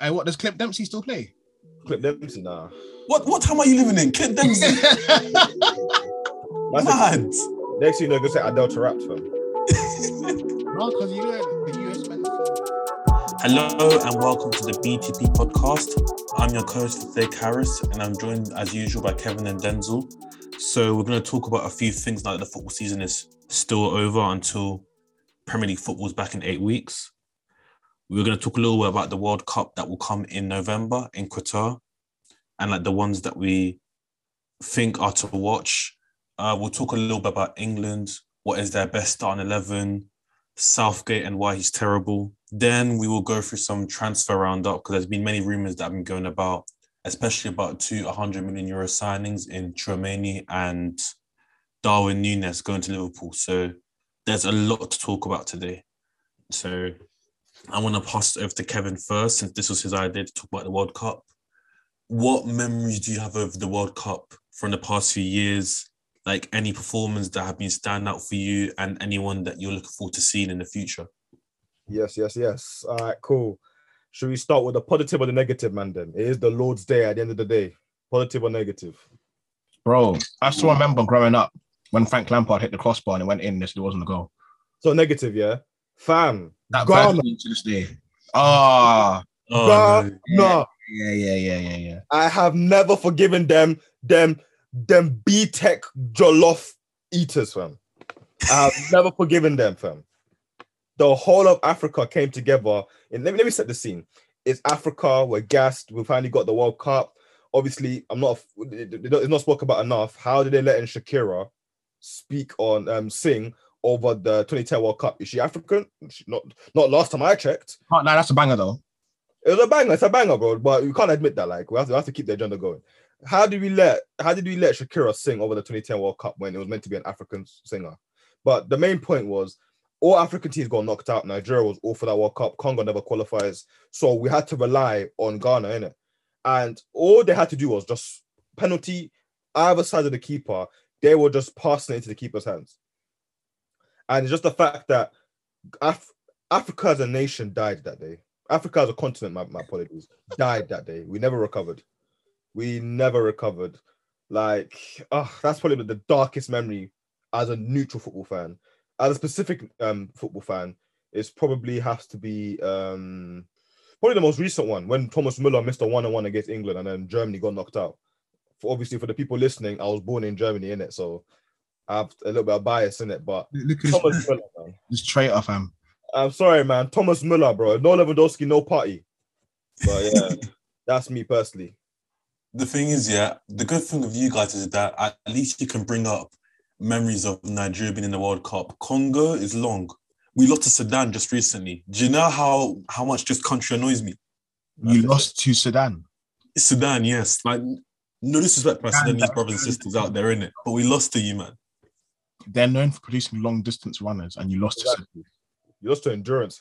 And what does Clip Dempsey still play? Clip Dempsey now. What what time are you living in? Clint Dempsey. That's it. Mad. Next thing you know, gonna say Adele Trapped, fam. No, because you know the US men. Hello and welcome to the BTP podcast. I'm your co-host today, Karis, and I'm joined as usual by Kevin and Denzel. So we're going to talk about a few things now that the football season is still over until Premier League football's back in eight weeks. We're going to talk a little bit about the World Cup that will come in November in Qatar, and like the ones that we think are to watch. Uh, we'll talk a little bit about England. What is their best starting eleven? Southgate and why he's terrible. Then we will go through some transfer roundup because there's been many rumors that have been going about, especially about two 100 million euro signings in Tromani and Darwin Nunes going to Liverpool. So there's a lot to talk about today. So I want to pass it over to Kevin first, since this was his idea to talk about the World Cup. What memories do you have of the World Cup from the past few years? like any performance that have been stand out for you and anyone that you're looking forward to seeing in the future. Yes, yes, yes. All right, cool. Should we start with the positive or the negative, man? Then it is the Lord's Day at the end of the day. Positive or negative? Bro, I still remember growing up when Frank Lampard hit the crossbar and it went in. This it wasn't a goal. So negative, yeah. Fam, That Ghana. burns me to this day. Ah, Oh, Ghana. no. yeah, yeah, yeah, yeah, yeah. I have never forgiven them, them, them B Tech Jollof eaters, fam. I have never forgiven them, fam. The whole of Africa came together. And let me, let me set the scene. It's Africa, we're gassed, we finally got the World Cup. Obviously, I'm not, it's not spoken about enough. How did they let in Shakira speak on, um, sing over the 2010 World Cup? Is she African? She- not, not last time I checked. Can't lie, Oh, that's a banger though. It was a banger. It's a banger, bro. But we can't admit that. Like we have to, we have to keep the agenda going. How did we let How did we let Shakira sing over the 2010 World Cup when it was meant to be an African singer? But the main point was all African teams got knocked out. Nigeria was all for that World Cup. Congo never qualifies, so we had to rely on Ghana in it. And all they had to do was just penalty either side of the keeper. They were just passing it into the keeper's hands. And it's just the fact that Af- Africa as a nation died that day. Africa as a continent, my, my apologies, died that day. We never recovered. We never recovered. Like, oh, that's probably the darkest memory as a neutral football fan. As a specific um, football fan, it's probably has to be um, probably the most recent one when Thomas Müller missed a one on one against England and then Germany got knocked out. For obviously, for the people listening, I was born in Germany, in it, so I have a little bit of bias in it. But Look at this, Thomas Müller, man. this traitor, fam. I'm sorry, man. Thomas Müller, bro. No Lewandowski, no party. But yeah, that's me personally. The thing is, yeah, the good thing of you guys is that at least you can bring up memories of Nigeria being in the World Cup. Congo is long. We lost to Sudan just recently. Do you know how how much this country annoys me? You That's it. lost to Sudan. Sudan, yes. Like no disrespect to my Sudan, Sudanese that- brothers and sisters out there in it, but we lost to you, man. They're known for producing long distance runners, and you lost to Sudan. Exactly. You lost to endurance,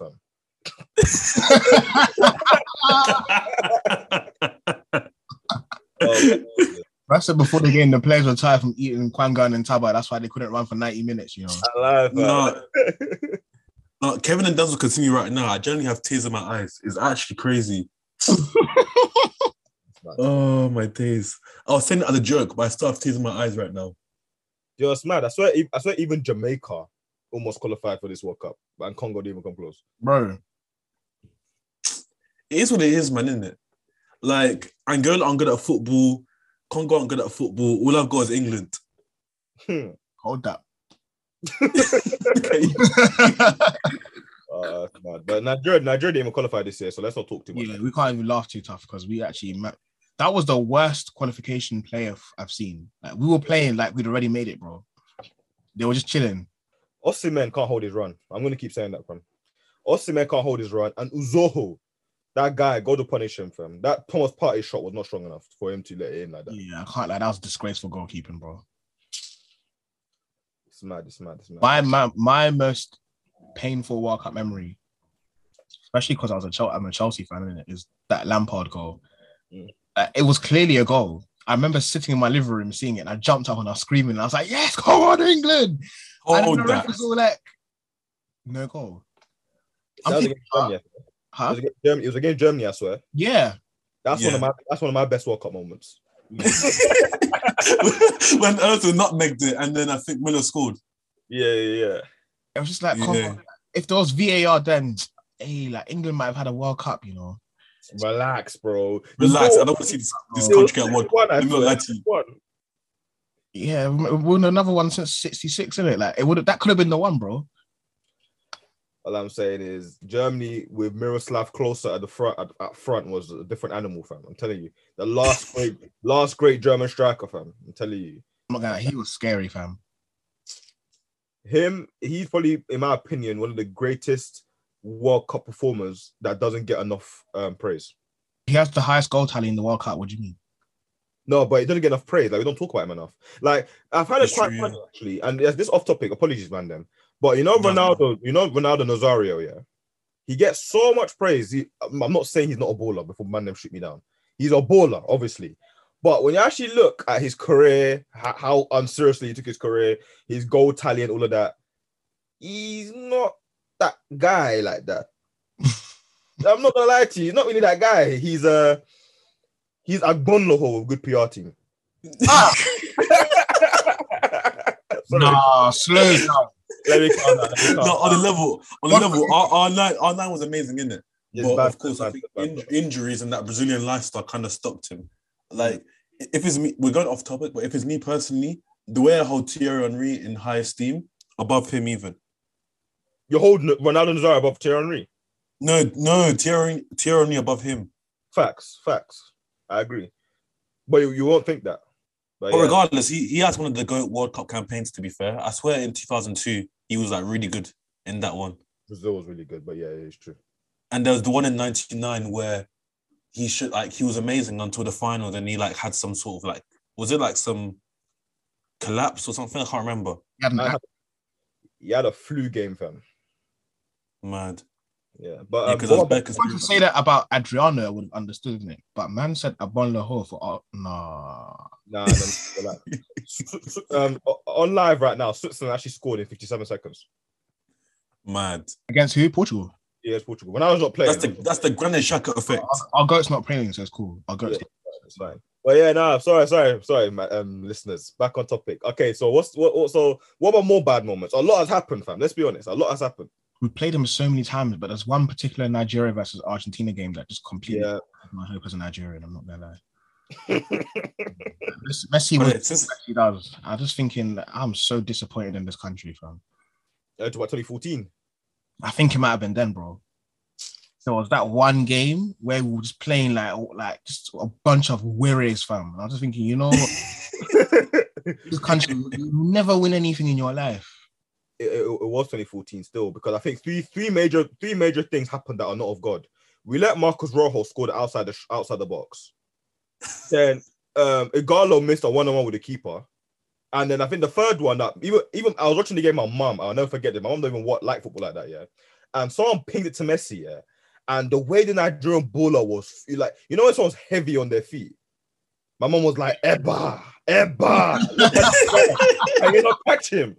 fam. Oh, I said before the game, the players were tired from eating Kwangan and Taba. That's why they couldn't run for 90 minutes, you know. I lie, fam. no. No, Kevin and Denzel continue right now. I generally have tears in my eyes. It's actually crazy. oh my days! I was saying it as a joke, but I still have tears in my eyes right now. You're mad. I swear, ev- I swear, even Jamaica almost qualified for this World Cup, and Congo didn't even come close. Bro, It is what it is, man, isn't it? Like Angola aren't good at football. Congo aren't good at football. All I've got is England. Hmm. hold that. Okay. Uh, that's mad. But Nigeria, Nigeria didn't even qualify this year, so let's not talk too much. yeah, we can't even laugh too tough because we actually met. That was the worst qualification play I've- I've seen. Like, we were playing like we'd already made it, bro. They were just chilling. Osimhen can't hold his run. I'm gonna keep saying that, fam. Osimhen can't hold his run, and Uzoho, that guy, God will punish him, fam. That Thomas Partey shot was not strong enough for him to let it in like that. Yeah, I can't like that was disgraceful goalkeeping, bro. It's mad. It's mad. It's mad. My my, my most painful World Cup memory, especially because I was a Chelsea, I'm a Chelsea fan, innit, is that Lampard goal. Mm. Uh, it was clearly a goal. I remember sitting in my living room seeing it, and I jumped up and I was screaming. And I was like, "Yes, come on, England!" and Hold Oh, the ref that. was all like, "No goal." That I'm was thinking, against Germany. It Huh? was against Germany. It was against Germany, I swear. Yeah. That's one of Yeah. my that's one of my best World Cup moments. when Ertel nutmegged it, and then I think Miller scored. Yeah, yeah, yeah. It was just like, come Yeah. on. if there was VAR, then hey, like England might have had a World Cup, you know. Relax, bro. The Relax, score- I don't want to see this, this Oh. country get one. One, I Let me not swear. lie to you. One. Yeah, we won another one since '66, isn't it? Like it would that could have been the one, bro. All I'm saying is Germany with Miroslav closer at the front at, at front was a different animal, fam. I'm telling you, the last great last great German striker, fam. I'm telling you, I'm not gonna. He was scary, fam. him. He's probably, in my opinion, one of the greatest World Cup performers that doesn't get enough um, praise. He has the highest goal tally in the World Cup. What do you mean? No, but he doesn't get enough praise. Like we don't talk about him enough. Like I've had it It's quite true, funny actually, and yes, this off topic. Apologies, man. Then, but you know No, no. Ronaldo, you know Ronaldo Nazario, yeah. He gets so much praise. He, I'm I'm not saying he's not a baller before man them shoot me down. He's a baller, obviously. But when you actually look at his career, how, how unseriously he took his career, his goal tally and all of that, he's not that guy like that. I'm not gonna lie to you, he's not really that guy. He's a he's a Gunloho with good PR team. Ah! Sorry. Nah, slow down. Let me calm down. Let me calm no, on down. the level, on the What- level, our, our line, our line was amazing, innit? It's but bad, of course, I bad, think bad. in, injuries and that Brazilian lifestyle kind of stopped him. Like, i- if it's me, we're going off topic, but if it's me personally, the way I hold Thierry Henry in high esteem, above him even. You're holding Ronaldo Nazario above Thierry Henry. No, no, Thierry, Thierry Henry above him. Facts, facts. I agree. But you, you won't think that. But But yeah. regardless, he, he has one of the GOAT World Cup campaigns, to be fair. I swear in 2002, he was like really good in that one. Brazil was really good, but yeah, it's true. And there was the one in 99 where he should like he was amazing until the final, then he like had some sort of like was it like some collapse or something? I can't remember. He had an I have- He had a flu game, fam. Mad. Yeah, Uh, but Yeah, um, because what that's about- Becker's If I could say that about Adriano, I would have understood isn't it. But man said Abon Lahore for oh, nah. nah, no, no, no, relax. um, o- on live right now, Switzerland actually scored in 57 seconds. mad. Against who? Portugal. Yeah, it's Portugal. When I was not playing, That's the that's the Granit Xhaka effect. Our, our goat's not playing, so it's cool. Our goat's It's fine. But yeah, no, sorry, sorry, sorry, my um listeners. Back on topic. Okay, so what's what, what so what about more bad moments? A lot has happened, fam. Let's be honest. A lot has happened. we played them so many times, but there's one particular Nigeria versus Argentina game that just Hmm. completely Yeah. took my hope as a Nigerian. I'm not gonna lie. Let's, let's see But what it's just- he does. I'm just thinking that I'm so disappointed in this country, fam. Uh, to what 2014? I think it might have been then, bro. There was that one game where we were just playing like like just a bunch of wearies, fam. And I was just thinking, you know, what? it, this country you never win anything in your life. it, it was 2014 still because I think three three major three major things happened that are not of God. We let Marcus Rojo score the outside the outside the box. Then um Igalo missed a one-on-one with the keeper. And then I think the third one that even even I was watching the game, with my mom, I'll never forget it. My mom don't even what like football like that, yeah. And someone pinged it to Messi, yeah. And the way the Nigerian bowler was you like, you know when someone's heavy on their feet. My mom was like, Eba, Eba. and you not catch him.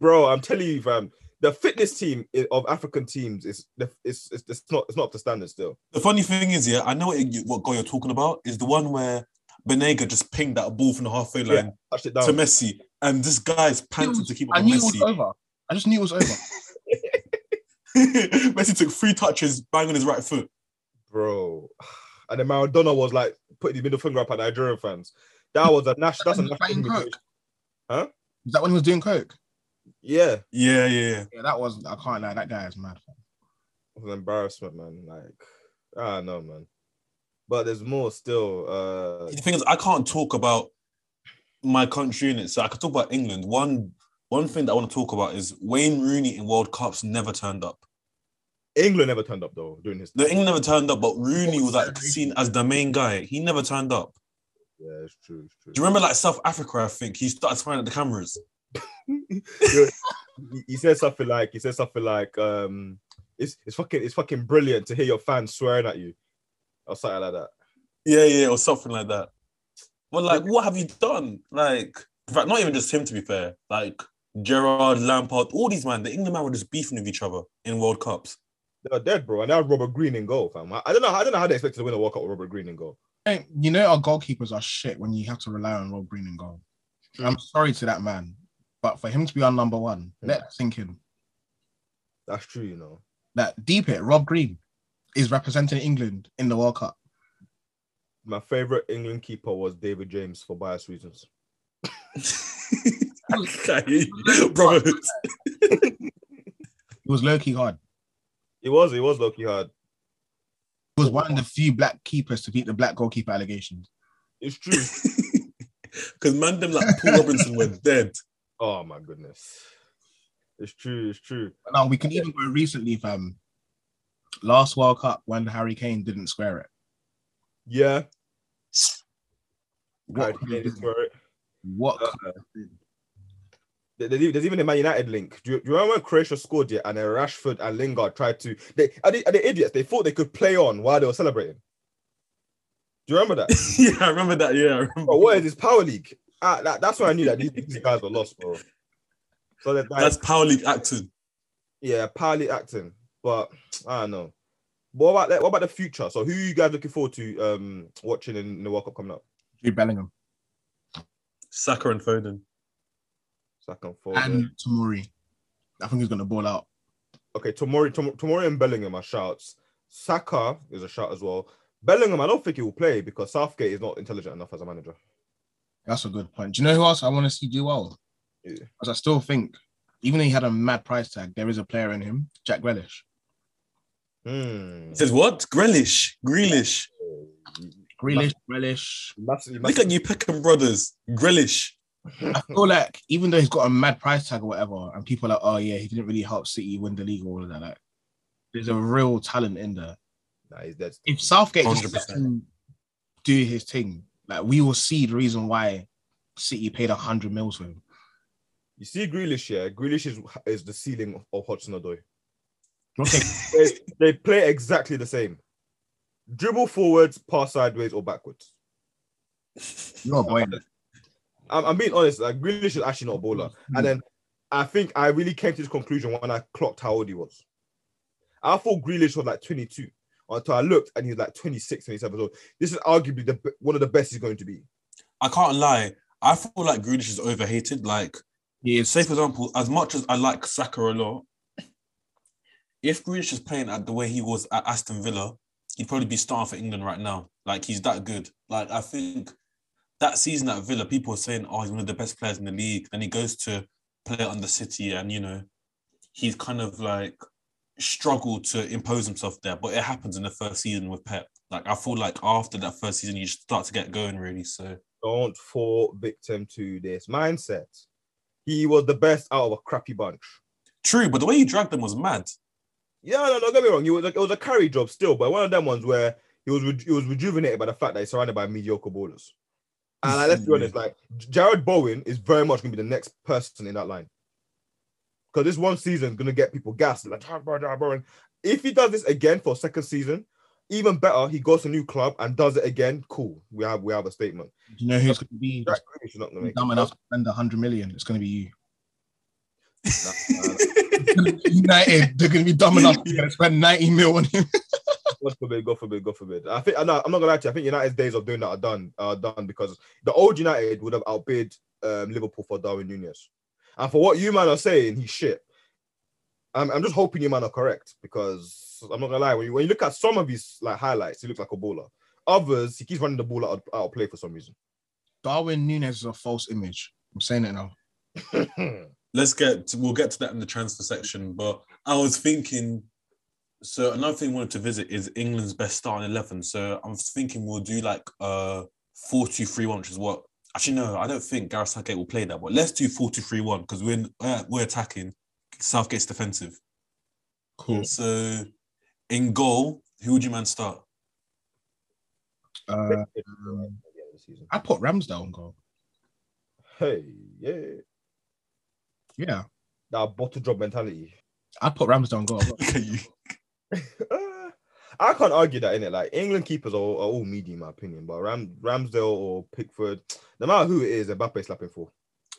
Bro, I'm telling you, fam, the fitness team i- of African teams is the it's, it's it's not it's not up to standard still. the funny thing is, yeah, I know what, you, what goal you're talking about is the one where Benega just pinged that ball from the halfway Yeah, line Touch it down. to Messi, and this guy's panted to keep I up knew with it was Messi. over. I just knew it was over. Messi took three touches, bang on his right foot. bro. And then Maradona was like putting the middle finger up at Nigerian fans. That was a Nash. That's a Bang, national. bang, humiliation. Is that when he was doing coke? Yeah, Yeah, yeah, yeah. Yeah, that was. I can't lie. That guy is mad. fam. it was an embarrassment, man. Like, I don't know, man. But there's more still. Uh, The thing is, I can't talk about my country in it, so I can talk about England. One one thing that I want to talk about is Wayne Rooney in World Cups never turned up. England never turned up though during his. The England never turned up, but Rooney was like seen as the main guy. He never turned up. Yeah, it's true. It's true. Do you remember like South Africa? I think he started smiling at the cameras. he- he said something like he said something like um it's it's fucking it's fucking brilliant to hear your fans swearing at you or something like that. Yeah, yeah, or something like that. But like, what have you done? Like, in fact, not even just him. To be fair, like Gerard Lampard, all these man, the England man were just beefing with each other in World Cups. They're dead, bro. And now Robert Green in goal, fam. I, I don't know. I don't know how they expected to win a World Cup with Robert Green in goal. Hey, You know our goalkeepers are shit when you have to rely on Rob Green and goal. I'm sorry to that man, but for him to be our number one, Yeah. let that sink in. That's true, you know. That deep it, Rob Green is representing England in the World Cup. My favorite England keeper was David James for bias reasons. Brother, It was low key hard. It was, it was lucky hard. He was one of the few black keepers to beat the black goalkeeper allegations. It's true. because man, them like Paul Robinson were dead. oh my goodness. It's true, it's true. But now we can even go recently, fam. Last World Cup when Harry Kane didn't square it. Yeah. What Alright, could yeah, have it's been? for it. What Uh, could have been? There- There's even there's even a Man United link. Do you, do you remember when Croatia scored it and then Rashford and Lingard tried to? They are, they are they idiots. They thought they could play on while they were celebrating. Do you remember that? yeah, I remember that. Yeah, I remember. bro, what is this power league? Ah, that, that's when I knew that these, these guys were lost, bro. So that, that That's power league acting. yeah, power league acting. But I don't know. What about that? What about the future? So who you guys looking forward to um watching in the World Cup coming up? Jude Bellingham Saka and Foden. Second forward. and Tomori. I think he's gonna ball out. Okay, Tomori, Tom, Tomori and Bellingham are shouts. Saka is a shout as well. Bellingham, I don't think he will play because Southgate is not intelligent enough as a manager. That's a good point. Do you know who else I want to see do well? Yeah. Because I still think, even though he had a mad price tag, there is a player in him, Jack Relish. Hmm. It says what? Grealish. Grealish. Grealish, Relish. Massive, Look at massive. you Peckham brothers. Grealish. I feel like even though he's got a mad price tag or whatever, and people are like, oh yeah, he didn't really help City win the league or all of that. Like, there's a real talent in there. Nah, he's dead. If Southgate just 100%. lets him do his thing, like we will see the reason why City paid a hundred mils for him. You see Grealish, yeah. Grealish is is the ceiling of, of Hudson Odoi. Okay, They, they play exactly the same. Dribble forwards, pass sideways or backwards. you're a boy. I'm, I'm being honest, like Grealish is actually not a bowler. And then I think I really came to this conclusion when I clocked how old he was. I thought Grealish was like 22 until I looked and he's like 26, 27. So this is arguably the be- one of the best he's going to be. I can't lie. I feel like Grealish is overhated. Like, He is say for example, as much as I like Saka a lot, if Grealish is playing at the way he was at Aston Villa, he'd probably be starting for England right now. Like, he's that good. Like, I think that season at Villa, people were saying, "Oh, he's one of the best players in the league." Then he goes to play under City, and you know, he's kind of like struggled to impose himself there. But it happens in the first season with Pep. Like, I feel like after that first season, you start to get going really. So. Don't fall victim to this mindset. He was the best out of a crappy bunch. True, but the way he dragged them was mad. Yeah, no, no, don't get me wrong. He was like, it was a carry job still, but one of them ones where he was reju- he was rejuvenated by the fact that he's surrounded by mediocre ballers. And like, let's be honest, like J- Jared Bowen is very much gonna be the next person in that line. Because this one season is gonna get people gassed. Like Jared Bowen, Jared Bowen. If he does this again for a second season, even better, he goes to a new club and does it again. Cool. We have we have a statement. Do you know who's going to be Jack Grealish is not gonna make dumb it. enough to spend 100 million? It's going to be you. Nah, nah, nah. United, they're going to be dumb enough to spend 90 mil on him. God forbid, God forbid, God forbid. I think I know, I'm not gonna lie to you. I think United's days of doing that are done. Are done because the old United would have outbid um, Liverpool for Darwin Nunez, and for what you man are saying, he's shit. I'm, I'm just hoping you man are correct because I'm not gonna lie. When you, when you look at some of his like highlights, he looks like a baller. Others, he keeps running the ball out of, out of play for some reason. Darwin Nunes is a false image. I'm saying it now. Let's get to, we'll get to that in the transfer section. But I was thinking, so another thing I wanted to visit is England's best starting eleven. So I'm thinking we'll do like uh four two three one, which is what actually no, I don't think Gareth Southgate will play that. But let's do four two three one because we're in, uh, we're attacking. Southgate's defensive. Cool. So in goal, who would you man start? Uh, I put Ramsdale on goal. hey, yeah, Yeah, that bottle drop mentality. I put Ramsdale on goal. Look at you. Uh, I can't argue that in it. Like England keepers are, all- are all meaty in my opinion, but Ram Ramsdale or Pickford, no matter who it is, Mbappe slapping for.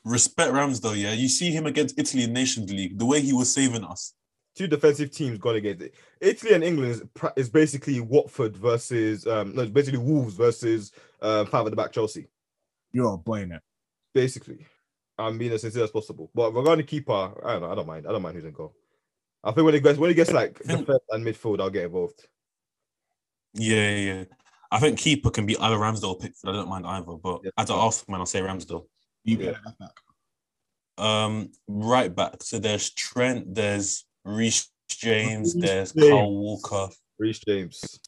Respect Ramsdale, yeah. You see him against Italy in Nations League, the way he was saving us. two defensive teams gone against it. Italy and England is, pra- is basically Watford versus um no, it's basically Wolves versus uh, five at the back Chelsea. You're a boy in it. Basically, I'm being as sincere as possible. But regarding the keeper, I don't know. I don't mind. I don't mind who's in goal. I think when it gets when it gets like think- defense and midfield, I'll get involved. Yeah, yeah. I think keeper can be either Ramsdale or Pickford. I don't mind either, but Yeah. as an Arsenal man, I'll say Ramsdale. You Yeah. play that back. Um, right back. So there's Trent, there's Reece James, Reece there's James. Carl Walker. Reece James.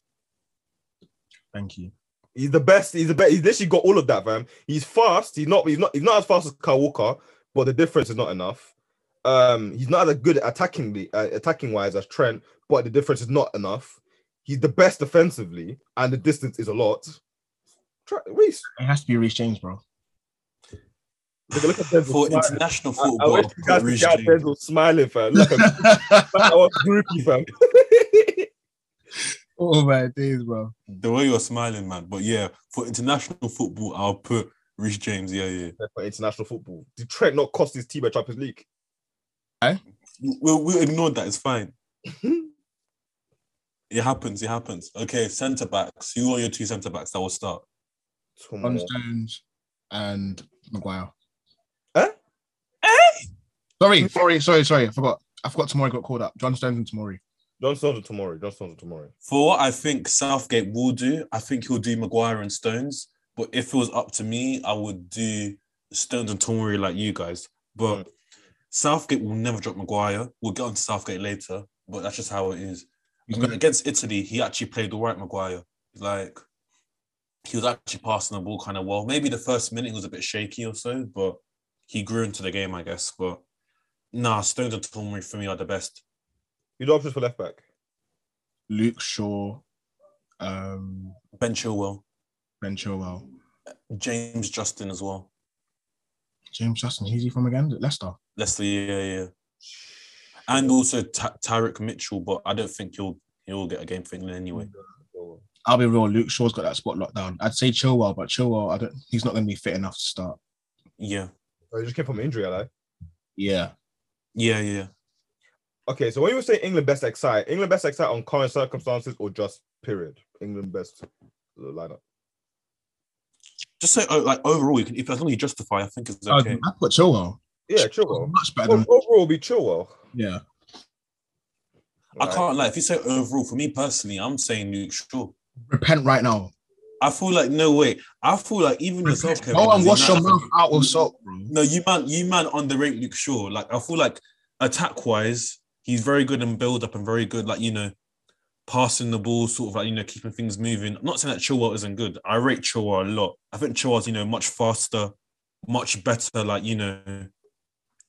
Thank you. He's the best. He's the best. He's literally got all of that, fam. He's fast. He's not. He's not. He's not as fast as Kyle Walker, but the difference is not enough. Um, he's not as good attacking uh, attacking wise as Trent, but the difference is not enough. He's the best defensively, and the distance is a lot. Tra- Reece, It has to be Reece James, bro. look, look at Denzel For smiling. international I, I football, wish you guys put could Reece get James. Denzel smiling, fam. Look, at- I was groupie, fam. oh my days, bro. the way you're smiling, man. But yeah, for international football, I'll put Reece James. Yeah, yeah. For international football, did Trent not cost his team a Champions League? We'll, we'll ignore that. It's fine. It happens. It happens. Okay, centre backs. Who are your two centre backs that will start? Come On on. Stones and Maguire. Eh? Huh? Sorry, sorry, sorry, sorry. I forgot. I forgot Tomori got called up. John Stones and Tomori. John Stones and tomorrow. John Stones and tomorrow. For what I think Southgate will do, I think he'll do Maguire and Stones. But if it was up to me, I would do Stones and Tomori like you guys. But Southgate will never drop Maguire. We'll get on to Southgate later, but that's just how it is. But against Italy, he actually played all right, Maguire. Like, he was actually passing the ball kind of well. Maybe the first minute was a bit shaky or so, but he grew into the game, I guess. But nah, Stones and Tomori for me are the best. You do options for left back. Luke Shaw, um, Ben Chilwell, Ben Chilwell, James Justin as well. James Justin. Who's he from again? Leicester. Leslie, yeah, yeah. And also Ta- Tarek Mitchell, but I don't think he'll he'll get a game for England anyway. Mm. So, I'll be real. Luke Shaw's got that spot locked down. I'd say Chilwell, but Chilwell, I don't. He's not going to be fit enough to start. Yeah, oh, he just came from injury, like. Yeah. yeah, yeah. Okay, so when you were saying England best excite, England best excite on current circumstances or just period? England best lineup. Just say oh, like overall, you can if as long as you justify, I think it's I okay. I put Chilwell. Yeah, Chilwell. Chilwell. Much better. Overall Than, will be Chilwell. yeah. I Like, can't like if you say overall for me personally, I'm saying Luke Shaw. Repent right now. I feel like no way. I feel like even yourself, Kevin. Go as and a wash your United mouth fan, out with salt, bro. No, you man, you man underrate Luke Shaw. Like I feel like attack wise, he's very good in build up and very good, like you know, passing the ball, sort of like you know, keeping things moving. I'm not saying that Chilwell isn't good. I rate Chilwell a lot. I think Chilwell's you know much faster, much better, like you know,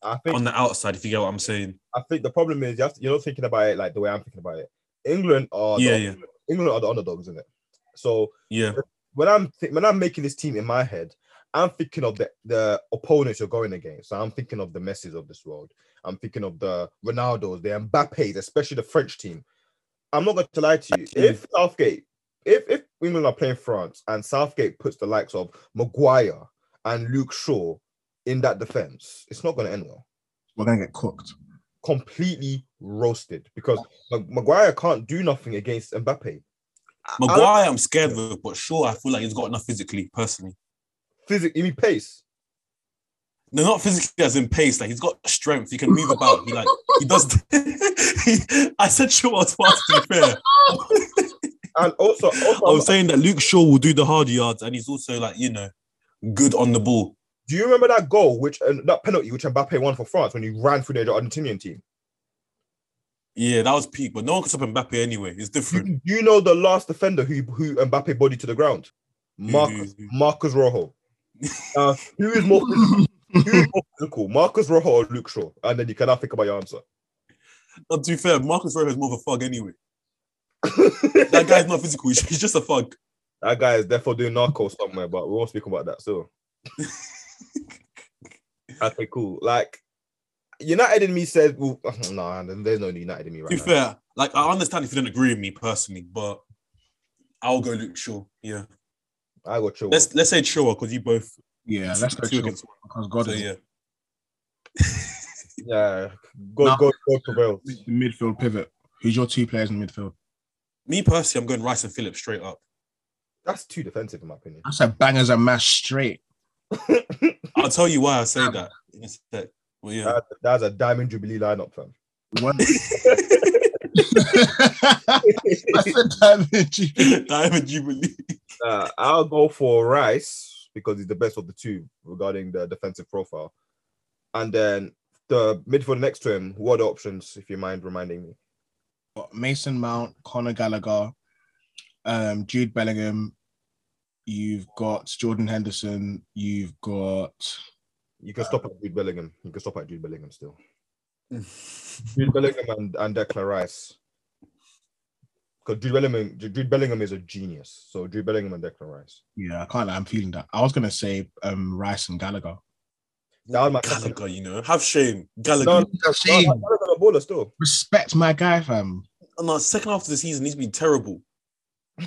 I think on the outside. If you get what I'm saying, I think the problem is you have to, you're not thinking about it like the way I'm thinking about it. England are Yeah, the, yeah. England are the underdogs, isn't it? So yeah, when I'm th- when I'm making this team in my head, I'm thinking of the, the opponents you're going against. So I'm thinking of the messes of this world. I'm thinking of the Ronaldos, the Mbappes, especially the French team. I'm not going to lie to you. If Southgate, if if England are playing France and Southgate puts the likes of Maguire and Luke Shaw in that defense, it's not going to end well. We're going to get cooked. Completely roasted because Ma- Maguire can't do nothing against Mbappe. I- I don't- Maguire, I'm scared of, but Shaw, I feel like he's got enough physically. Personally, physic, you mean pace? no, not physically as in pace. Like he's got strength. He can move about. He like he does. he, I said Chilwell's fast. To be fair. And also, also I was saying that Luke Shaw will do the hard yards, and he's also like you know, good on the ball. Do you remember that goal, which uh, that penalty, which Mbappe won for France when he ran through the Argentinian team? Yeah, that was peak, but no one could stop Mbappe anyway. It's Do different. you, do you know the last defender who who Mbappe bodied to the ground? Marcus who- who? Marcus Rojo. Uh, who is more who is more physical, Marcus Rojo or Luke Shaw? And then you can now think about your answer. But to be fair, Marcus Rojo is more of a thug anyway. That guy's not physical. He's he's just a thug. That guy is therefore doing narco somewhere, but we won't speak about that. So, okay, cool. Like United in me said, well, nah, there's no United in me To be right now. fair, like I understand if you don't agree with me personally, but I'll go Luke Shaw. Yeah, I got chill. let's let's say Shaw because you both Yeah, let's go two Chilwell against because God So is yeah. Yeah, go No. go go prevails. midfield pivot. Who's your two players in midfield? Me personally, I'm going Rice and Phillips straight up. That's too defensive in my opinion. That's a bangers and mash straight. I'll tell you why I say that. in a sec. Well, yeah. That, that's a diamond jubilee lineup, fam. One- That's the damage. Diamond Jubilee. Uh, I'll go for Rice because he's the best of the two regarding the defensive profile, and then the midfield next to him. What are the options, if you mind reminding me? got Mason Mount, Connor Gallagher, um, Jude Bellingham. You've got Jordan Henderson. You've got You can stop at Jude Bellingham. You can stop at Jude Bellingham still. Jude Bellingham and, and Declan Rice. Because Jude Bellingham, Jude Bellingham is a genius. So Jude Bellingham and Declan Rice. yeah, I can't. lie, I'm feeling that. I was gonna say um, Rice and Gallagher. That was my second. Gallagher, you know. Have shame. No, Gallagher. Shame. No, Gallagher's a baller still. Respect my guy, fam. No. no, second half of the season, he's been terrible.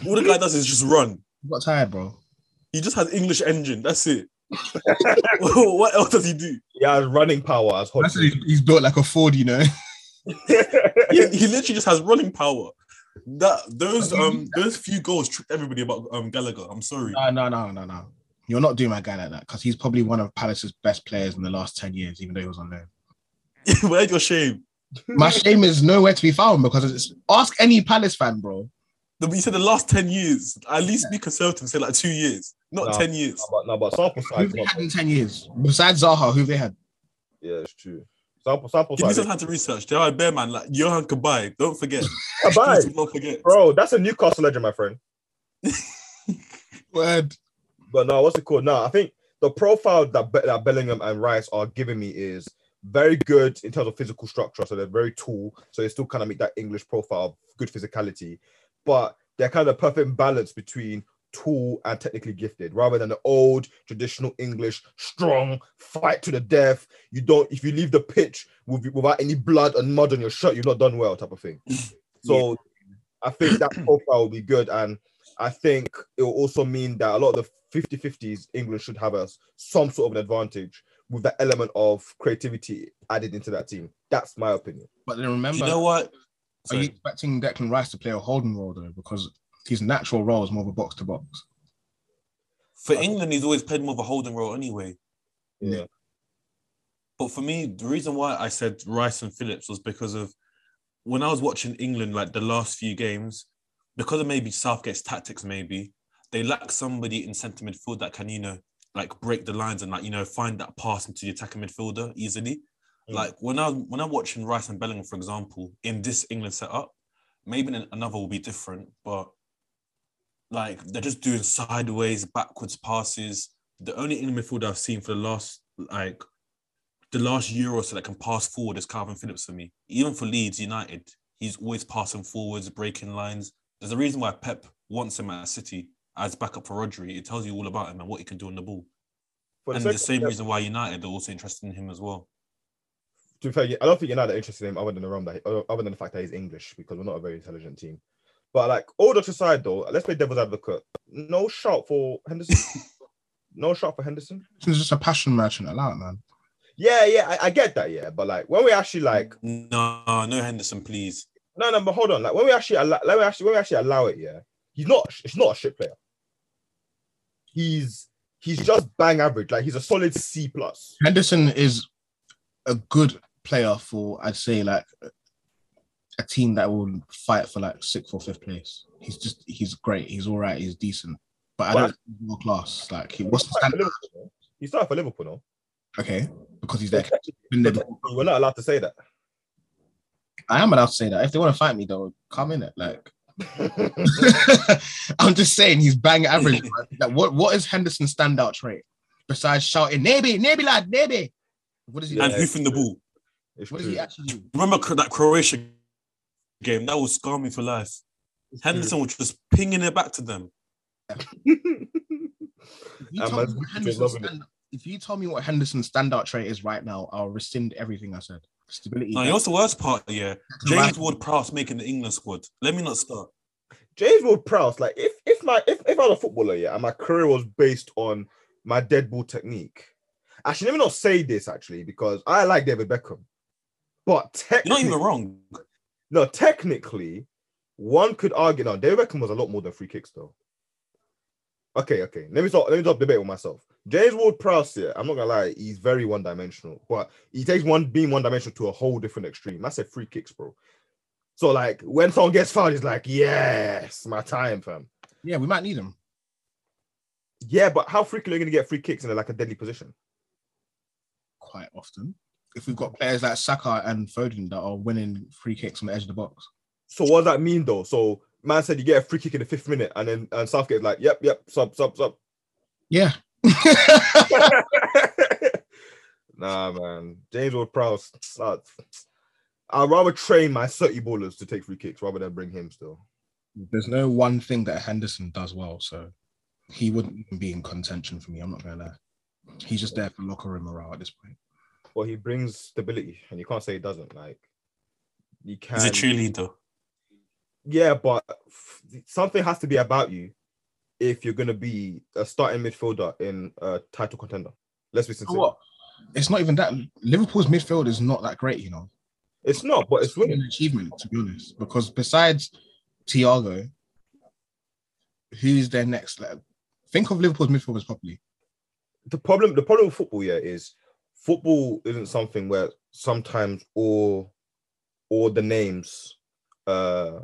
All the guy does is just run. I got tired, bro. He just has English engine. That's it. what else does he do? He has running power as hot. That's he's, he's built like a Ford, you know. He, he literally just has running power. That those um those few goals tricked everybody about um Gallagher. I'm sorry. No, no, no, no, no. You're not doing my guy like that because he's probably one of Palace's best players in the last ten years, even though he was on loan. Where's your shame? My shame is nowhere to be found because it's ask any Palace fan, bro. The- You said the last 10 years. At least be conservative, say like two years, not Nah. 10 years. No, but, no, but sample Who size. they not- had in ten years besides Zaha? Who they had? Yeah, it's true. Sample, sample Give me size. some time to research. There are bear man like Johan Kabay. Don't forget. Kabay. Please Don't forget. Bro, that's a Newcastle legend, my friend. Word. But no, what's it called? No, I think the profile that, Be- that Bellingham and Rice are giving me is very good in terms of physical structure. So they're very tall. So they still kind of make that English profile, good physicality. But they're kind of perfect balance between tall and technically gifted rather than the old traditional English, strong, fight to the death. You don't, if you leave the pitch with, without any blood and mud on your shirt, you've not done well type of thing. So I think that profile will be good. And I think it will also mean that a lot of the 50 50s England should have us some sort of an advantage with the element of creativity added into that team. That's my opinion. But then remember, You know what? are you Sorry. expecting Declan Rice to play a holding role though? Because his natural role is more of a box to box. For England, he's always played more of a holding role anyway. Yeah. But for me, the reason why I said Rice and Phillips was because of when I was watching England, like the last few games, because of maybe Southgate's tactics, maybe they lack somebody in centre midfield that can, you know, like break the lines and like you know find that pass into the attacking midfielder easily. Mm. Like when I when I'm watching Rice and Bellingham, for example, in this England setup, maybe an- another will be different, but like they're just doing sideways, backwards passes. The only England midfielder I've seen for the last like the last year or so that can pass forward is Calvin Phillips for me. Even for Leeds United, he's always passing forwards, breaking lines. There's a reason why Pep wants him at City as backup for Rodri. It tells you all about him and what he can do on the ball. For the and the second same step, reason why United are also interested in him as well. to be fair, I don't think United are interested in him other than the realm that other than the fact that he's English because we're not a very intelligent team. But like all jokes aside though, let's play devil's advocate. No shout for Henderson. no shout for Henderson. He's just a passion merchant. Allow it, man. Yeah, yeah, I, I get that. Yeah, but like when we actually like no, no Henderson, please. No, no, but hold on. Like when we actually allow, when we actually when we actually allow it, yeah, he's not. He's not a shit player. He's he's just bang average. Like he's a solid C plus. Henderson is a good player for I'd say like a team that will fight for like sixth or fifth place. He's just he's great. He's all right. He's decent. But I But- don't think he's world class. Like he what's the He's starting standard? for Liverpool, no? He's starting for Liverpool, no? Okay, because he's there. Been there before. We're not allowed to say that. I am allowed to say that. If they want to fight me, though, come in it. Like, I'm just saying he's bang average. man. Like, what what is Henderson's standout trait besides shouting "Nebe, Nebe, lad, Nebe"? What does he? Yeah. and hoofing the ball. It's What does true. he actually do? Remember Cro- that Croatia game? That will scar me for life. It's true. Henderson was just pinging it back to them. If you, I'm tell me loving what it. Henderson's Loving it. stand- if you tell me what Henderson's standout trait is right now, I'll rescind everything I said. Stability. Oh, Now, you know what's the worst part? Yeah, James Ward-Prowse making the England squad. Let me not start. James Ward Prowse. Like if if my if, if I was a footballer, yeah, and my career was based on my dead ball technique. I should never not say this actually because I like David Beckham. But You're technically, not even wrong. no, technically, one could argue. No, David Beckham was a lot more than free kicks, though. Okay, okay. Let me stop. Let me stop debate with myself. James Ward-Prowse, yeah, I'm not gonna lie, he's very one-dimensional, but he takes one being one-dimensional to a whole different extreme. That's a free kicks, bro. So like, when someone gets fouled, he's like, "Yes, my time, fam." Yeah, we might need him. Yeah, but how frequently are you gonna get free kicks in like a deadly position? quite often. If we've got players like Saka and Foden that are winning free kicks on the edge of the box, So what does that mean though? So man said you get a free kick in the fifth minute, and then and Southgate's like, yep, yep, sub, sub, sub. yeah, nah, man, James Ward Prowse. Uh, I'd rather train my 30 ballers to take free kicks rather than bring him still. there's no one thing that Henderson does well, so he wouldn't even be in contention for me. I'm not gonna lie, he's just there for locker room morale at this point. Well, he brings stability, and you can't say he doesn't. Like, you can. He's a cheerleader. Yeah, but f- something has to be about you if you're gonna be a starting midfielder in a title contender. Let's be sincere. What? It's not even that Liverpool's midfield is not that great, you know. It's not, but it's It's not winning. an achievement to be honest, because besides Thiago, who's their next? Like, think of Liverpool's midfielders properly. the problem the problem with football yeah is football isn't something where sometimes all all the names uh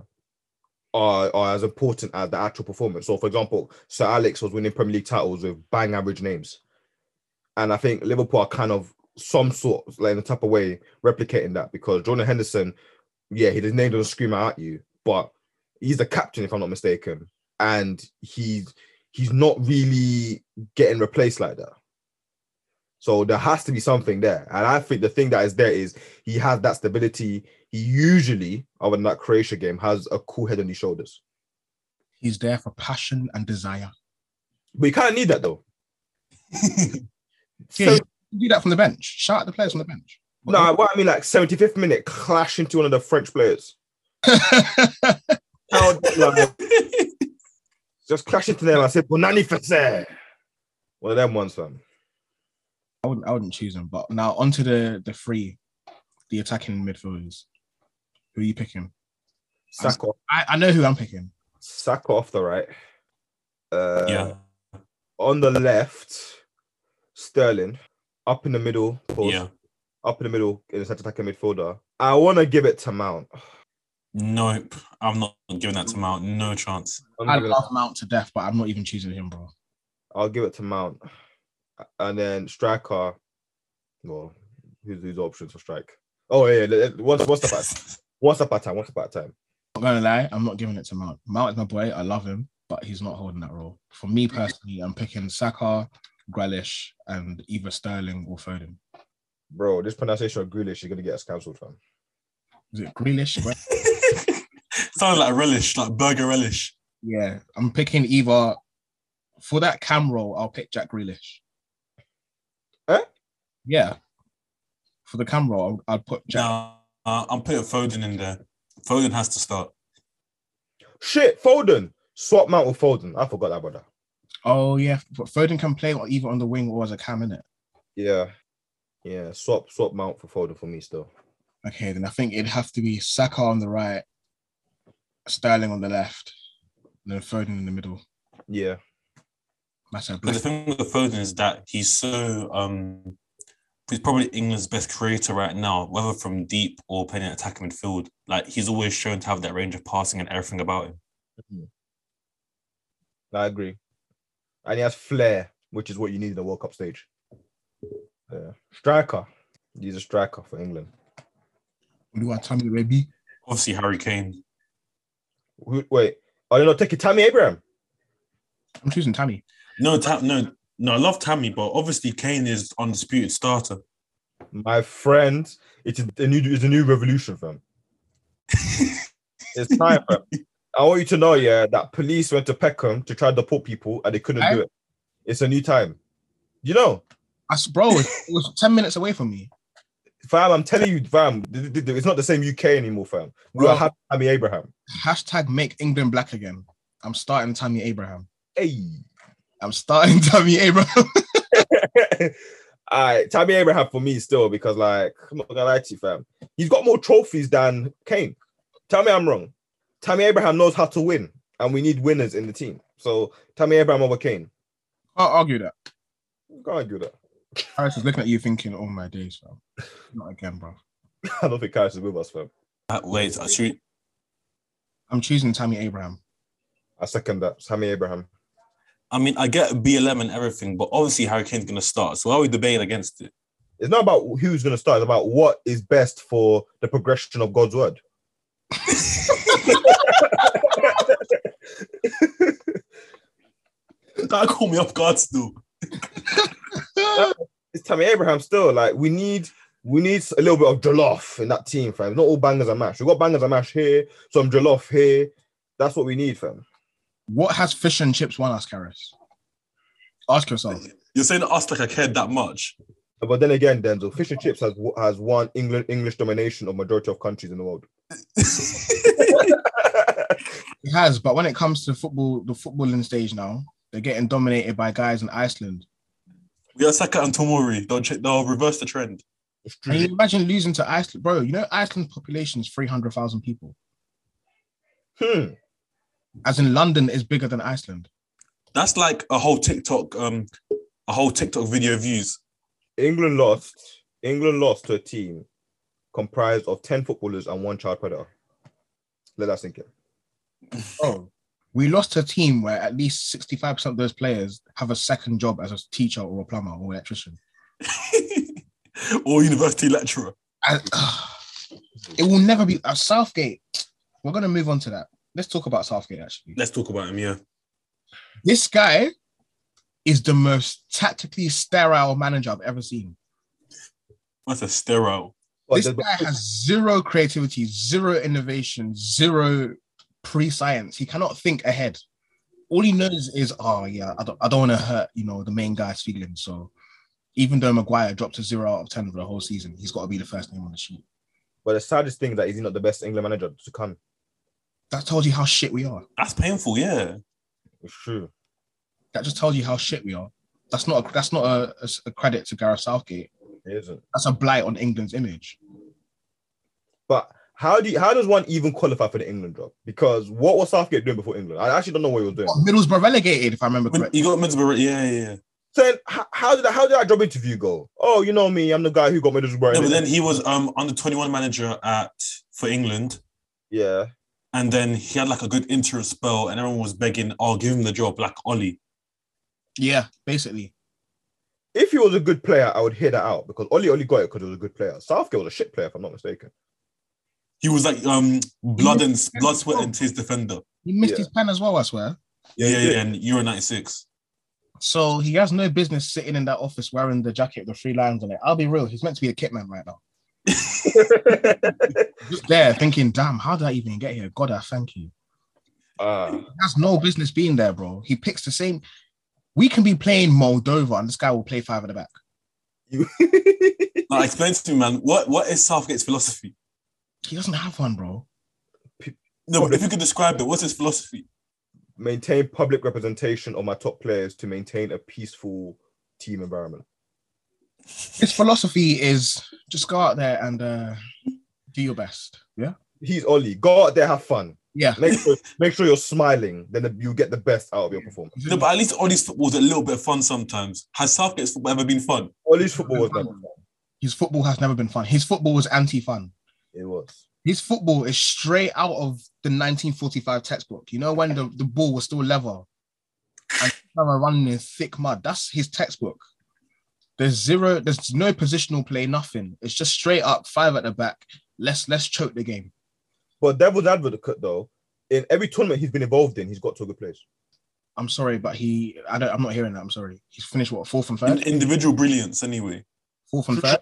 are, are as important as the actual performance. So for example, Sir Alex was winning Premier League titles with bang average names. And I think Liverpool are kind of some sort like in a type of way replicating that because Jordan Henderson, yeah, his name doesn't scream out at you, but he's the captain if I'm not mistaken. And he's he's not really getting replaced like that. So there has to be something there. And I think the thing that is there is he has that stability. He usually, other than that Croatia game, has a cool head on his shoulders. He's there for passion and desire. But you kind of need that though. Yeah, So- you do that from the bench. Shout out the players on the bench. no, what I mean, like 75th minute, clash into one of the French players. How- like, just clash into them. I said, Bonani Fese. One of them ones, fam. I wouldn't. I wouldn't choose him. But now onto the the three, the attacking midfielders. Who are you picking? Sack off, I, I know who I'm picking. sack off the right. Uh, yeah. on the left, Sterling. Up in the middle, Paul. Yeah. Up in the middle in the centre attacking midfielder. I want to give it to Mount. Nope. I'm not giving that to Mount. No chance. I'm I giving it- love Mount to death, but I'm not even choosing him, bro. I'll give it to Mount. And then striker. Well, who's who's options for strike? Oh yeah, yeah, yeah, once once about once about time, once about time. I'm not gonna lie. I'm not giving it to Mount. Mount is my boy. I love him, but he's not holding that role. For me personally, I'm picking Saka, Grealish, and either Sterling or Foden. Bro, this pronunciation of Grealish is gonna get us cancelled, fam. Is it Grealish? Gre- Sounds like a relish, like burger relish. yeah, I'm picking either. For that cam roll, I'll pick Jack Grealish. Eh? Yeah. For the cam roll, I'll, I'll put Jack. Nah, uh, I'm putting Foden in there. Foden has to start. Shit, Foden. Swap Mount with Foden. I forgot that brother. Oh yeah, but Foden can play or either on the wing or as a cam in it. Yeah. Yeah, swap swap Mount for Foden for me still. Okay, then I think it'd have to be Saka on the right, Sterling on the left, and then Foden in the middle. Yeah. That's a But black. the thing with Foden is that he's so um he's probably England's best creator right now, whether from deep or playing in attacking midfield. Like he's always shown to have that range of passing and everything about him. I agree. And he has flair, which is what you need in the World Cup stage. Yeah. Striker. He's a striker for England. You are Tommy Webby. Obviously Harry Kane. Who, wait, are you not taking Tammy Abraham? I'm choosing Tammy. No, Tam, no, no, I love Tammy, but obviously Kane is undisputed starter. My friend, it's a, a new it's a new revolution, fam. it's time, fam. I want you to know, yeah, that police went to Peckham to try to deport people and they couldn't do it. It's a new time. You know, I s- bro, it was ten minutes away from me. fam, I'm telling you, fam, th- th- th- it's not the same UK anymore, fam. We are Well- happy Tammy Abraham. Hashtag make England black again. I'm starting Tammy Abraham. Hey. I'm starting Tammy Abraham. I Tammy Abraham for me still because like I'm not gonna lie to you, fam. He's got more trophies than Kane. Tell me I'm wrong. Tammy Abraham knows how to win, and we need winners in the team. So Tammy Abraham over Kane. I'll argue that. Can't do that. Harris is looking at you thinking, oh my days, fam. Not again, bro. I don't think Harris is with us, fam. Uh, wait, I should I'm choosing Tammy Abraham. I second that. Tammy Abraham. I mean, I get BLM and everything, but obviously Harry Kane's gonna start. So why are we debating against it? It's not about who's gonna start, it's about what is best for the progression of God's word. That caught me off guard still. It's Tammy Abraham still. Like we need we need a little bit of jollof in that team, fam. Not all bangers and mash. We've got bangers and mash here, some jollof here. That's what we need, fam. What has fish and chips won us, Harris? Ask yourself. You're saying us like I cared that much. But then again, Denzel, fish and chips has has won England English domination of majority of countries in the world. It has, but when it comes to football, the footballing stage now, they're getting dominated by guys in Iceland. we are Saka and Tomori. They'll, ch- they'll reverse the trend. It's Can you true. imagine losing to Iceland, bro? You know Iceland's population is three hundred thousand people. Hmm. As in, London is bigger than Iceland. That's like a whole TikTok, um, a whole TikTok video views. England lost. England lost to a team comprised of ten footballers and one child predator. Let that sink in. Oh, we lost to a team where at least sixty-five percent of those players have a second job as a teacher or a plumber or electrician. or university lecturer. I- it will never be uh, Southgate. We're gonna move on to that. Let's talk about Southgate actually. Let's talk about him, yeah. This guy is the most tactically sterile manager I've ever seen. That's a sterile. But this the- guy has zero creativity, zero innovation, zero pre-science. He cannot think ahead. All he knows is, oh yeah, I don't, I don't want to hurt, you know, the main guy's feelings. So even though Maguire dropped a zero out of ten for the whole season, he's got to be the first name on the sheet. but the saddest thing is that he's not the best England manager to come. That tells you how shit we are. That's painful, yeah. It's true. That just tells you how shit we are. That's not a, that's not a, a s- a credit to Gareth Southgate. It isn't. That's a blight on England's image. But how do you, how does one even qualify for the England job? Because what was Southgate doing before England? I actually don't know what he was doing. What, Middlesbrough relegated, if I remember When- correctly. You got Middlesbrough, yeah, yeah, yeah. Then how, how did that, how did that job interview go? Oh, you know me, I'm the guy who got Middlesbrough. No, in but it. then he was um under 21 manager at for England. yeah, And then he had like a good interim spell, and everyone was begging, oh, give him the job, like Ollie. Yeah, basically. if he was a good player, I would hear that out because Oli Oli got it because he was a good player. Southgate was a shit player, if I'm not mistaken. He was like um blood and blood, sweat, and tears defender. He missed Yeah. his pen as well, I swear. Yeah, yeah, yeah. And Euro 96. So he has no business sitting in that office wearing the jacket with the three lions on it. I'll be real, he's meant to be a kitman right now. Just there thinking, damn, how did I even get here? God, I thank you. Ah, He has no business being there, bro. He picks the same. We can be playing Moldova and this guy will play five at the back. you- Like, explain to me, man, what, what is Southgate's philosophy? He doesn't have one, bro. No, but if you could describe it, what's his philosophy? maintain public representation of my top players to maintain a peaceful team environment. His philosophy is just go out there and uh, do your best. Yeah. He's Oli. Go out there, have fun. Yeah. Make sure, make sure you're smiling. Then the- you get the best out of your performance. No, but at least Ollie's football's a little bit of fun sometimes. Has Southgate's football ever been fun? Oli's football was never fun. His football has never been fun. His football was anti fun. It was. His football is straight out of the 1945 textbook. You know, when the, the ball was still leather and they were running in thick mud. That's his textbook. There's zero, there's no positional play, nothing. It's just straight up five at the back. Let's let's choke the game. But devil's advocate though, in every tournament he's been involved in, he's got to a good place. I'm sorry, but he I don't I'm not hearing that. I'm sorry. He's finished what fourth and In, third? individual brilliance, anyway. Fourth and third.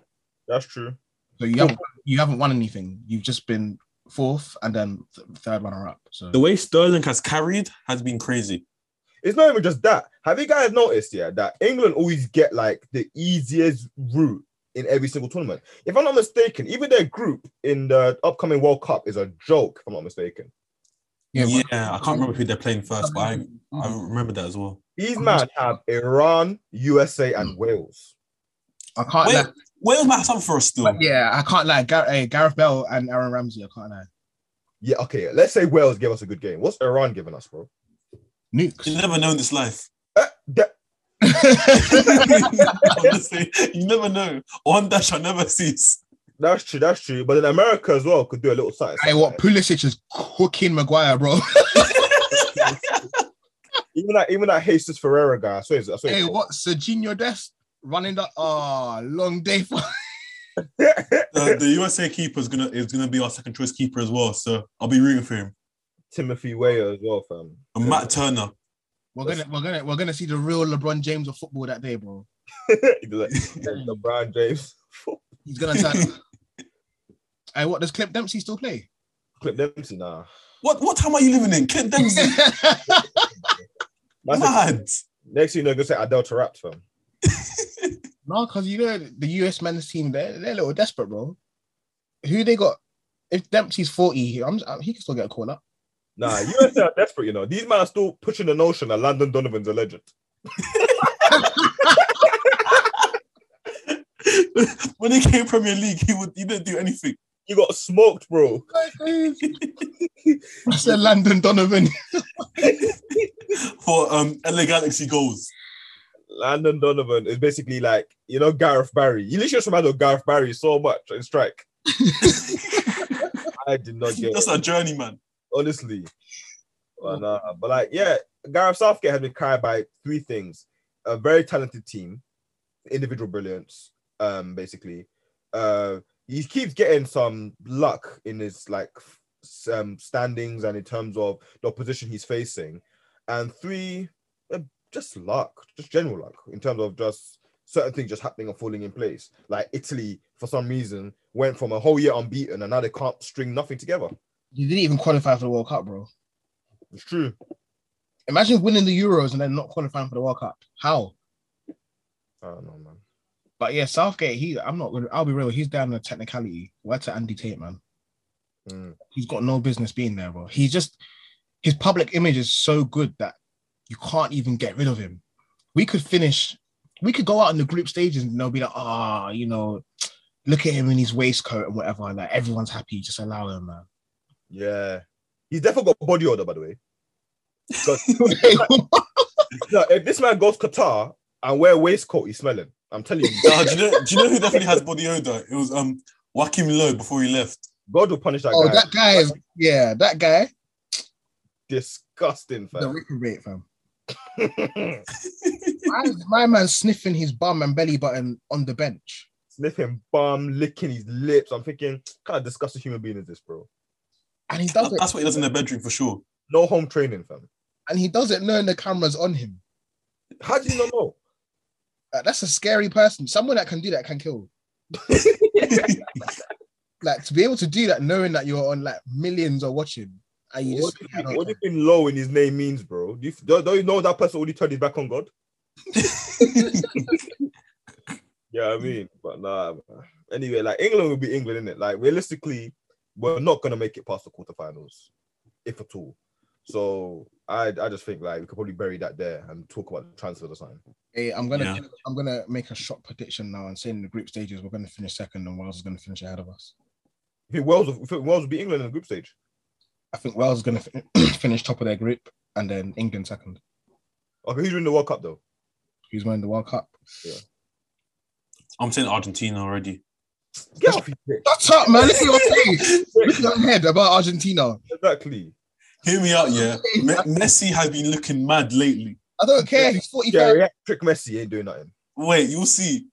That's true. So you haven't you haven't won anything. You've just been fourth and then th- third runner up. So The way Sterling has carried has been crazy. It's not even just that. Have you guys noticed, yeah, that England always get like the easiest route in every single tournament? If I'm not mistaken, even their group in the upcoming World Cup is a joke, if I'm not mistaken. Yeah, but- Mm-hmm. I can't remember who they're playing first, but I, I remember that as well. Hmm. These men have Iran, USA, and Wales. I can't Wait, lie. Where was my son for us still? But yeah, I can't lie. Gar- hey, Gareth Bell and Aaron Ramsey, I can't lie. Yeah, okay. Let's say Wales gave us a good game. What's Iran giving us, bro? You Nukes. never know in this life. Eh, that- Honestly, you never know. One dash I never cease. that's true. That's true. But then America as well could do a little something. Hey, what Pulisic is cooking Maguire, bro. Even that, even that Jesus Ferreira guy. I swear, it's- I swear. hey, it's- what Serginho Dest running that? Ah, long day for. The, the USA keeper is gonna is gonna be our second choice keeper as well. So I'll be rooting for him. Timothy Weah as well, fam. And Matt Turner. We're gonna, we're gonna, we're gonna see the real LeBron James of football that day, bro. He's like, LeBron James. He's gonna turn. hey, what does Clip Dempsey still play? Clip Dempsey, nah. What what time are you living in? Clint Dempsey. That's it. Mad. next thing you know, gonna say Adele Tarap, fam. no, because you know the US men's team, they're, they're a little desperate, bro. Who they got? If Dempsey's forty, I'm, uh, he can still get a call up. Nah, USA are desperate, you know. These men are still pushing the notion that Landon Donovan's a legend. when he came Premier League, he would he didn't do anything. He got smoked, bro. I said Landon Donovan. For um LA Galaxy goals. Landon Donovan is basically like, you know, Gareth Barry. You literally just remind me of Gareth Barry so much in strike. I did not get it, That's our journey, man. honestly. But, nah, but like, yeah, Gareth Southgate has been carried by three things: a very talented team, individual brilliance, um, basically. Uh, he keeps getting some luck in his like f- um, standings and in terms of the opposition he's facing, and three, uh, just luck, just general luck in terms of just certain things just happening and falling in place. Like Italy, for some reason, went from a whole year unbeaten and now they can't string nothing together. You didn't even qualify for the World Cup, bro. It's true. Imagine winning the Euros and then not qualifying for the World Cup. How? I don't know, man. But yeah, Southgate, he I'm not gonna I'll be real, he's down the technicality. Where to Andy Tate, man? Mm. He's got no business being there, bro. He's just his public image is so good that you can't even get rid of him. We could finish, we could go out in the group stages and they'll be like, ah, you know, look at him in his waistcoat and whatever. Like everyone's happy, just allow him, man. Yeah. He's definitely got body odor, by the way. 'Cause- Hey, no, if this man goes Qatar and wear a waistcoat, he's smelling. I'm telling you, Nah, do, you know, do you know who definitely has body odor? It was um Joaquim Lowe before he left. God will punish that oh, guy. that guy is yeah, that guy. Disgusting, The fam. reprobate, fam. Why is my man sniffing his bum and belly button on the bench? Sniffing bum, licking his lips. I'm thinking, kind of disgusting human being is this, bro? And he does That- it, That's what he does in the bedroom for sure. No home training, fam. and he does it knowing the camera's on him. How do you not know? Uh, that's a scary person. Someone that can do that can kill. like to be able to do that knowing that you're on like millions are watching, and you What just do you, think- what do you think low in his name means, bro? Do you, don't, don't you know that person already turned his back on God? Yeah, I mean, but nah. man. Anyway, like England will be England, innit? Like realistically, we're not gonna make it past the quarterfinals, if at all. So I, I just think like we could probably bury that there and talk about the transfer design. Hey, I'm gonna Yeah. I'm gonna make a shot prediction now and say in the group stages we're gonna finish second and Wales is gonna finish ahead of us. You think Wales, will- you think Wales will be England in the group stage. I think Wales is gonna fin- finish top of their group and then England second. Okay, who's winning the World Cup though? Who's winning the World Cup? I'm saying Argentina already. Get off your dick. Shut up, man! Look at your face. Look at your head about Argentina. Exactly. Hear me out, yeah. Me- Messi has been looking mad lately. I don't care. He's 45. Geriatric Messi ain't doing nothing. Wait, you'll see.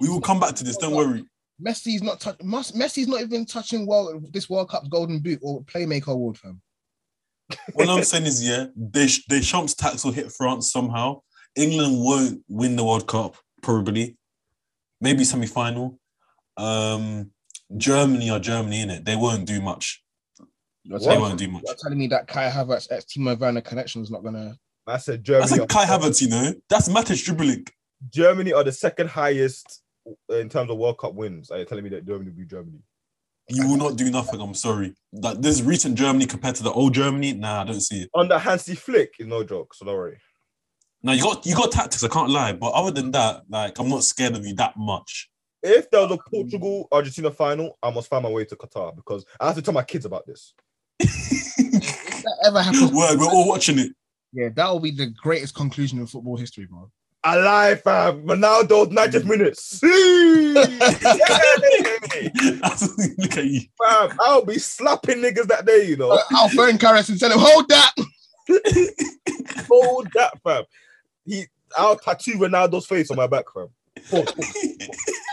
We will come back to this. Don't worry. Messi's not touch. Mus- Messi's not even touching world this World Cup's Golden Boot or Playmaker Award for him. All I'm saying is, yeah, they Deschamps' tax will hit France somehow. England won't win the World Cup probably, maybe semi-final. Um, Germany are Germany in it. They won't do much. You're, What? They telling me, won't do much. you're telling me that Kai Havertz ex Timo Werner connection is not gonna. I said That's Germany. like Kai Havertz, you know. That's Matic dribbling. Germany are the second highest uh, in terms of World Cup wins. Are you telling me that Germany will be Germany? You will not do nothing. I'm sorry. Like this recent Germany compared to the old Germany, nah, I don't see it. Under Hansi Flick is no joke. So don't worry. Now you got you got tactics. I can't lie, but other than that, like I'm not scared of you that much. If there was a Portugal Argentina final, I must find my way to Qatar because I have to tell my kids about this. If that ever happens, Word, we're all watching it. yeah, that will be the greatest conclusion in football history, bro. Alive, fam. Ronaldo's 90 minutes. Mm. Yay! Look at you. Fam, I'll be slapping niggas that day, you know. I'll phone Karras and tell him, hold that. Hold that, fam. He, I'll tattoo Ronaldo's face on my back, fam. Pause, pause,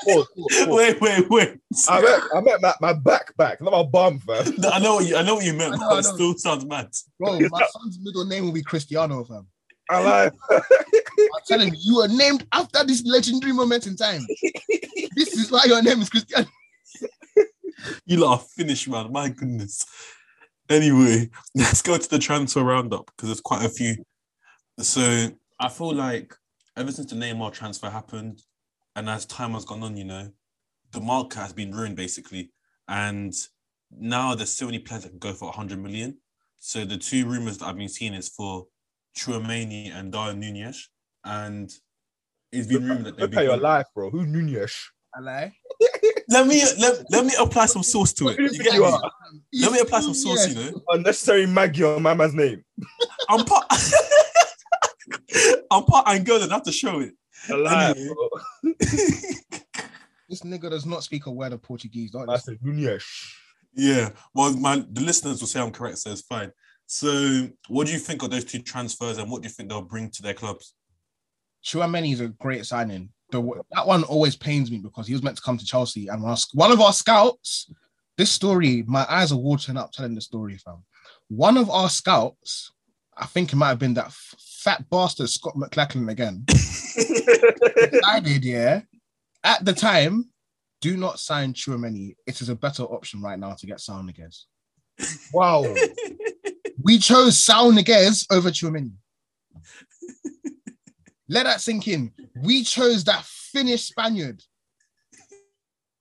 pause, pause. Wait, wait, wait. I meant, I meant my, my back back, not my bum, fam. I know what you, I know what you meant, I know, but I it know. still sounds mad. Bro, my son's middle name will be Cristiano, fam. Alive. I'm telling you, you were named after this legendary moment in time. this is why your name is Cristiano. You lot are finished, man. My goodness. Anyway, let's go to the transfer roundup because there's quite a few. So I feel like ever since the Neymar transfer happened, and as time has gone on, you know, the market has been ruined basically. And now there's so many players that can go for 100 million. So the two rumors that I've been seeing is for Chouamani and Darwin Nunez. And it's been rumored that they'll Look be at your life, bro. Who's Nunez? I lie. let me let, let me apply some sauce to it. Who do You you get think you me? are? Let me apply some sauce, you know. Unnecessary Maggie on my man's name. I'm part I'm part Angolan, I have to show it. Alive, Anyway. bro. This nigga does not speak a word of Portuguese. Don't I said Nunez. yeah. Well my the listeners will say I'm correct, so it's fine. So what do you think of those two transfers and what do you think they'll bring to their clubs? Chouameni is a great signing. The, that one always pains me because he was meant to come to Chelsea, and our, one of our scouts. This story, my eyes are watering up telling the story, fam. One of our scouts, I think it might have been that f- fat bastard Scott McLachlan again. decided, yeah, at the time, do not sign Chouameni. It is a better option right now to get Sal Niguez. wow. We chose Sal Niguez over Chouameni. Let that sink in. We chose that Finnish Spaniard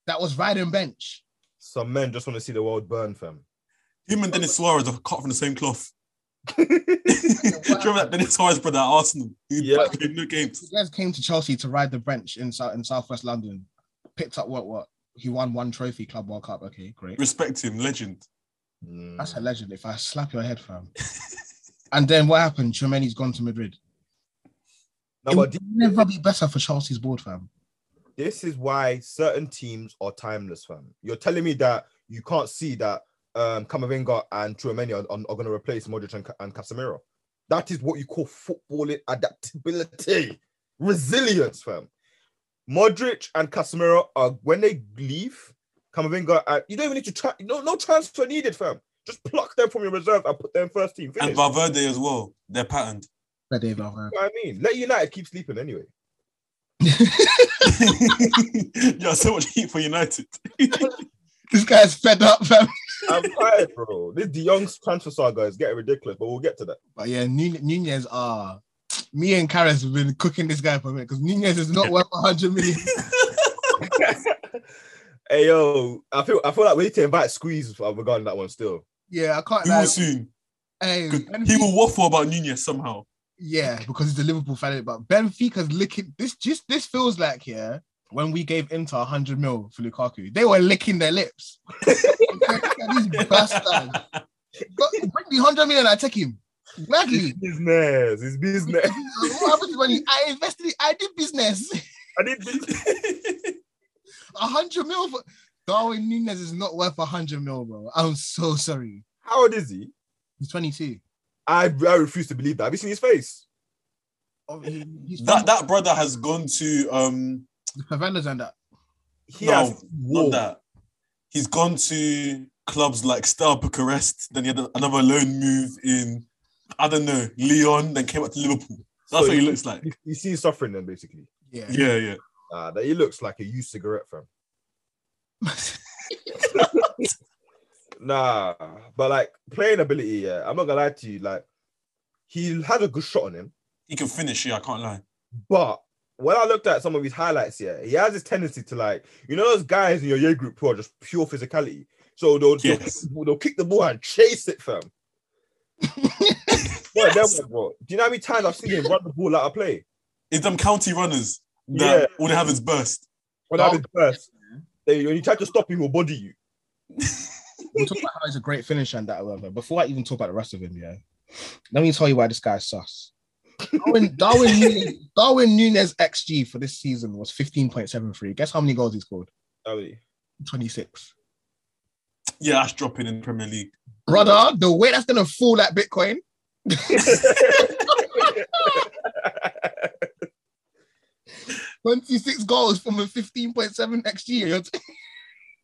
that was riding bench. Some men just want to see the world burn, fam. Him and Dennis Suarez are cut from the same cloth. Mm. do you remember that Dennis Suarez brother at Arsenal? He Yeah. played no games. Niguez came to Chelsea to ride the bench in South in Southwest London. Picked up what what he won one trophy, Club World Cup. Okay, great. Respect him, legend. Mm. That's a legend. If I slap your head, fam. and then what happened? Chouameni's gone to Madrid. Now, It but would never be better for Chelsea's board, fam. this is why certain teams are timeless, fam. You're telling me that you can't see that um, Camavinga and Chouameni are, are, going to replace Modric and, Ca- and Casemiro. That is what you call footballing adaptability, resilience, fam. Modric and Casemiro are when they leave, Camavinga and you don't even need to try. No, no transfer needed, fam. Just pluck them from your reserve and put them first team. And Finish. You Valverde as well. They're patterned. But Dave Alvarez. know what I mean, let United keep sleeping anyway. yeah, so much heat for United. This guy's fed up, fam. I'm tired, bro. This De Jong's transfer saga is getting ridiculous, but we'll get to that. But yeah, Nu- Nunez are. me and Karras have been cooking this guy for a minute because Nunez is not worth 100 million. Hey yo, I feel I feel like we need to invite Squeeze uh, regarding that one still. Yeah, I can't. He will Like, soon. hey, He Benfica- will waffle about Nunez somehow. yeah, because he's a Liverpool fan. But Benfica's licking this. Just this feels like yeah. When we gave Inter 100 mil for Lukaku, they were licking their lips. These bastards. But bring me 100 million, I take him gladly. Business, it's business. what happens when you- I invested? it, I did business. I need business. A hundred mil for Darwin Nunez is not worth a hundred mil, bro. I'm so sorry. How old is he? He's 22. I, I refuse to believe that. Have you seen his face? Oh, he- he's that that brother has gone to um the favelas and that. He No, has not war. that. He's gone to clubs like Star Bucharest. Then he had another loan move in I don't know Leon. Then came up to Liverpool. That's So what he he- looks like. He- He's seen suffering then basically. Yeah. Yeah, yeah. Uh, that he looks like a used cigarette fam. Nah, but like playing ability, yeah. I'm not gonna lie to you. Like he had a good shot on him. He can finish. Yeah, I can't lie. But when I looked at some of his highlights here, he has this tendency to like, you know, those guys in your year group who are just pure physicality. So they'll, they'll, Yes. they'll kick the ball and chase it, fam. Bro, them ones, bro. Do you know how many times I've seen him run the ball out of play? It's them county runners that Yeah. all they have is burst. When I was first, they, when you try to stop him, he'll body you. we'll talk about how he's a great finisher and that, whatever. Before I even talk about the rest of him, yeah, let me tell you why this guy's sus. Darwin, Darwin, Nunez, Darwin Nunez XG for this season was 15.73. Guess how many goals he scored? That was it. 26. Yeah, that's dropping in Premier League. Brother, the way that's going to fall that Bitcoin, yeah, 26 goals from a 15.7 XG. You're t-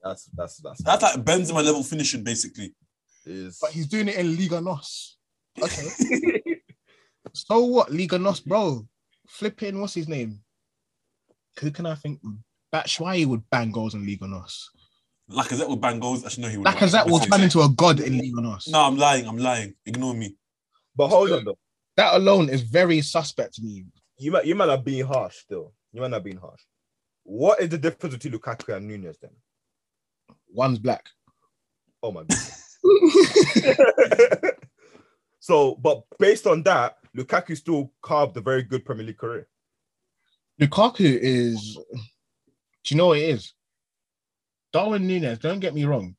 that's that's that's That's like Benzema level finishing, basically. is But he's doing it in Liga Nos. Okay. so what, Liga Nos, bro? Flipping, what's his name? Who can I think? Batshuayi would bang goals in Liga Nos. Lacazette would bang goals. Actually, no, he would. Lacazette will turn into a god in Liga Nos. No, I'm lying. I'm lying. Ignore me. but hold on though. That alone is very suspect to me. You might you might not being harsh still. You might not being harsh. What is the difference between Lukaku and Nunez then? One's black. Oh my god. so, but based on that, Lukaku still carved a very good Premier League career. Lukaku is. Do you know what it is? Darwin Nunes, don't get me wrong.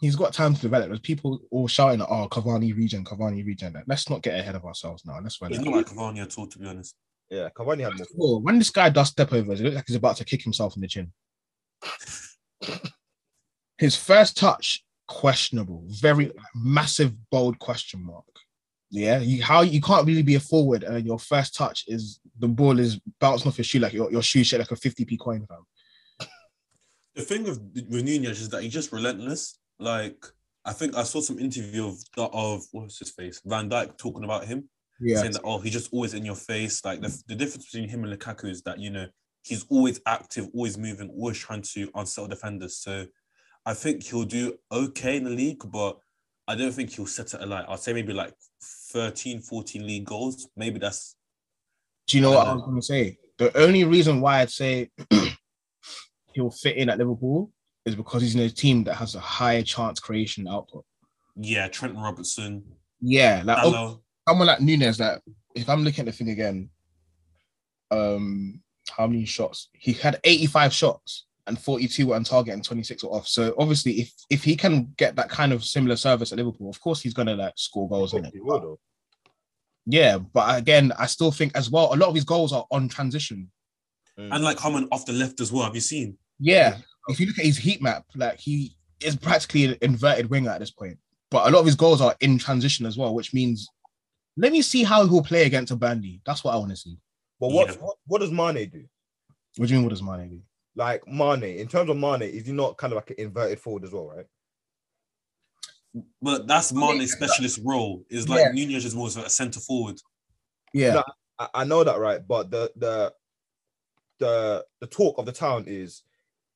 He's got time to develop. There's people all shouting, oh, Cavani region, Cavani region. Let's not get ahead of ourselves now. Let's run He's it. not like Cavani at all, to be honest. Yeah, Cavani had more. Well, when this guy does step over, it looks like he's about to kick himself in the chin. His first touch, questionable, very massive, bold question mark. Yeah, you, how you can't really be a forward and your first touch is the ball is bouncing off your shoe like your, your shoe shit like a 50p coin, fam. The thing with, with Nunez is that he's just relentless. Like, I think I saw some interview of, of what's his face? Van Dyke talking about him. Yeah, saying that oh he's just always in your face. Like the, the difference between him and Lukaku is that you know he's always active, always moving, always trying to unsettle defenders. So I think he'll do okay in the league, but I don't think he'll set it alight. I'll say maybe like 13, 14 league goals. Maybe that's do you know what I was gonna say? The only reason why I'd say he'll fit in at Liverpool is because he's in a team that has a higher chance creation output. yeah, Trent Robertson, Yeah, like Uh, okay, Dallo. someone like Nunes, like if I'm looking at the thing again, um, how many shots? He had 85 shots and 42 were on target and 26 were off. So obviously, if if he can get that kind of similar service at Liverpool, of course he's gonna like score goals in it. He would, though. Yeah, but again, I still think as well, a lot of his goals are on transition. and like Harmon off the left as well. Have you seen? Yeah, if you look at his heat map, like he is practically an inverted winger at this point. But a lot of his goals are in transition as well, which means let me see how he'll play against a Burnley. That's what I want to see. But what, Yeah. what what does Mane do? What do you mean? What does Mane do? Like Mane, in terms of Mane, is he not kind of like an inverted forward as well, right? But that's Mane's specialist role. Is like Yeah. Nunez is more of a centre forward. Yeah, No. I, I know that, right? But the the the the talk of the town is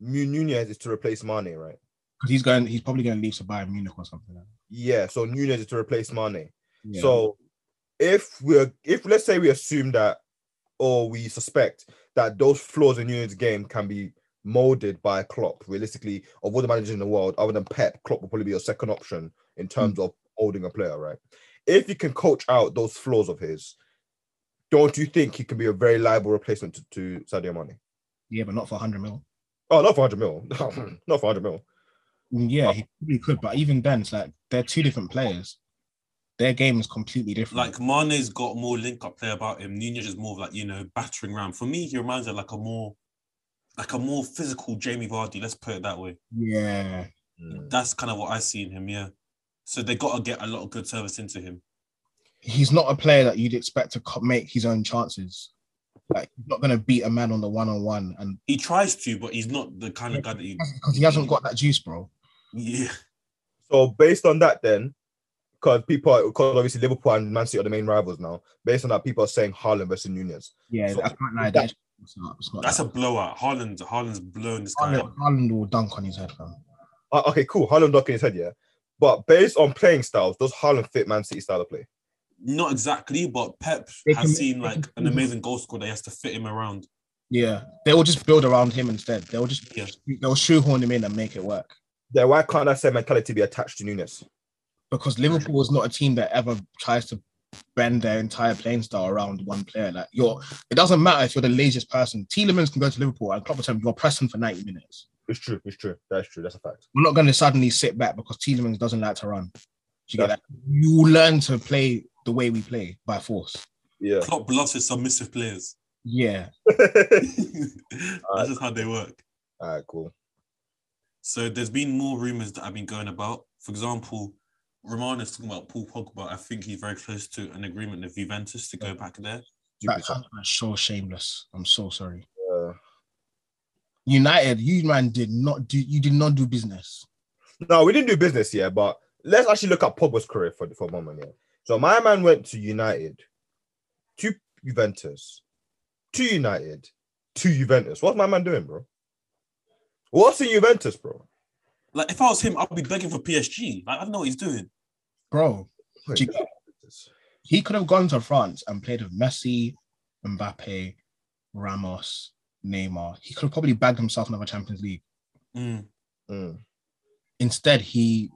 Nu- Nunez is to replace Mane, right? because he's going. He's probably going to leave to Bayern Munich or something. Like that. Yeah, so Nunez is to replace Mane. Yeah. So if we're if let's say we assume that or we suspect that those flaws in Nunez's game can be molded by Klopp, realistically, of all the managers in the world, other than Pep, Klopp will probably be your second option in terms of holding a player, right? If you can coach out those flaws of his, don't you think he can be a very liable replacement to, to Sadio Mane? yeah, but not for 100 mil. Oh, not for 100 mil. not for 100 mil. Mm, Yeah, he probably could, but even then, it's like they're two different players. Their game is completely different. Like Mane's got more link up play about him. Nunez is more of like you know battering round. For me, he reminds me of like a more like a more physical Jamie Vardy. Let's put it that way. yeah, Mm. That's kind of what I see in him. Yeah. So they got to get a lot of good service into him. he's not a player that you'd expect to co- make his own chances. Like he's not going to beat a man on the one on one, and He tries to, but he's not the kind of guy that you. because he hasn't got that juice, bro. Yeah. So based on that, then, because people, are because obviously Liverpool and Man City are the main rivals now. Based on that, people are saying Haaland versus Nunez. Yeah, So- I can't lie. that- That, it's not. It's not That's a that. blowout. Haaland, Haaland's blown this guy. Haaland, out. Haaland will dunk on his head, fam. Uh, okay, cool. Haaland knocking his head, yeah. But based on playing styles, does Haaland fit Man City style of play? Not exactly, but Pep They can- has seen like an amazing goal scorer. They has to fit him around. Yeah, they will just build around him instead. They'll just Yeah. they'll shoehorn him in and make it work. Then why can't that same mentality be attached to Nunez? because Liverpool is not a team that ever tries to bend their entire playing style around one player. Like you're, it doesn't matter if you're the laziest person. Tielemans can go to Liverpool and Klopp will tell him, you're pressing for 90 minutes. It's true. It's true. That's true. That's a fact. We're not going to suddenly sit back because Tielemans doesn't like to run. Do you get Yeah. that? You learn to play the way we play by force. Yeah. Klopp loves his submissive players. Yeah, Uh, That's just how they work. All right. Cool. So there's been more rumors that have been going about. For example, Romano's talking about Paul Pogba. I think he's very close to an agreement with Juventus to go back there. that Stupid. sounds so shameless. I'm so sorry. Uh, United, you man did not do. You did not do business. No, we didn't do business here, but let's actually look at Pogba's career for, for a moment here. So my man went to United, to Juventus, to United, to Juventus. What's my man doing, bro? What's in Juventus, bro? Like if I was him, I'd be begging for PSG. Like I don't know what he's doing. bro. Wait, Do you- He could have gone to France and played with Messi, Mbappe, Ramos, Neymar. He could have probably bagged himself another Champions League. Mm. Mm. Instead, he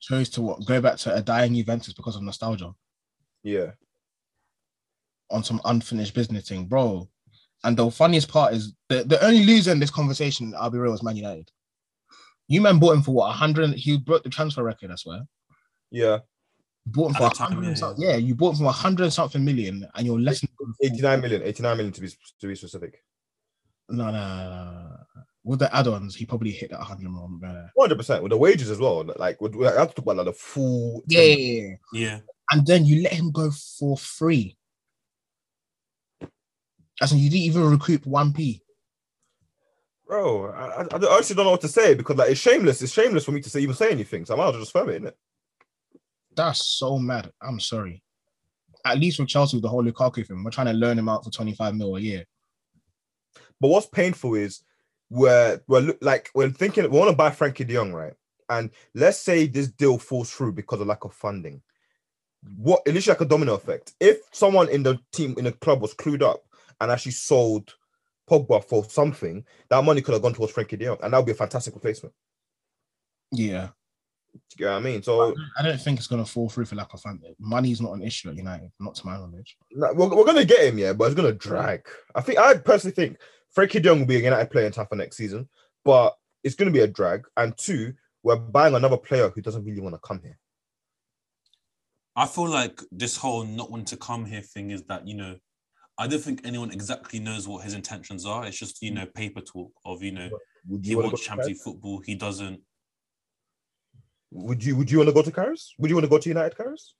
chose to what, go back to a dying Juventus because of nostalgia Yeah. on some unfinished business thing, bro. And the funniest part is the, the only loser in this conversation, I'll be real, is Man United. You man bought him for what, 100? He broke the transfer record, I swear. Yeah. Bought him At for the time, 100 yeah, and something. Yeah, you bought him for 100 and something million, and you're less than 89 million. 89 million to be to be specific. No, no, no, no. With the add-ons, he probably hit that 100 million. Bro. 100 percent with the wages as well. Like we we have to talk about like the full Yeah, yeah, yeah. Yeah. And then you let him go for free. As in, you didn't even recoup 1p. bro. I, I, I actually don't know what to say because like it's shameless. It's shameless for me to say, even say anything. So I might as well just firm it, innit? That's so mad. I'm sorry. At least with Chelsea, with the whole Lukaku thing, we're trying to learn him out for 25 mil a year. But what's painful is we're we're look- like we're thinking we want to buy Frankie De Jong, right? And let's say this deal falls through because of lack of funding. What it looks like a domino effect. If someone in the team in the club was clued up and actually sold Pogba for something, that money could have gone towards Frankie De Jong, and that would be a fantastic replacement. Yeah. Do you get what I mean? So I don't think it's going to fall through for lack of funding. Money's not an issue at United, not to my knowledge. like, we're, we're gonna get him, yeah, but it's gonna drag. I think I personally think Frankie De Jong will be a United player in time for next season, but it's gonna be a drag. And two, we're buying another player who doesn't really want to come here. I feel like this whole not want to come here thing is that, you know, I don't think anyone exactly knows what his intentions are. It's just, you know, paper talk of, you know, Would he you want to wants go Champions to League football. He doesn't. Paris? Would you Would you want to go to Paris? Would you want to go to United Paris?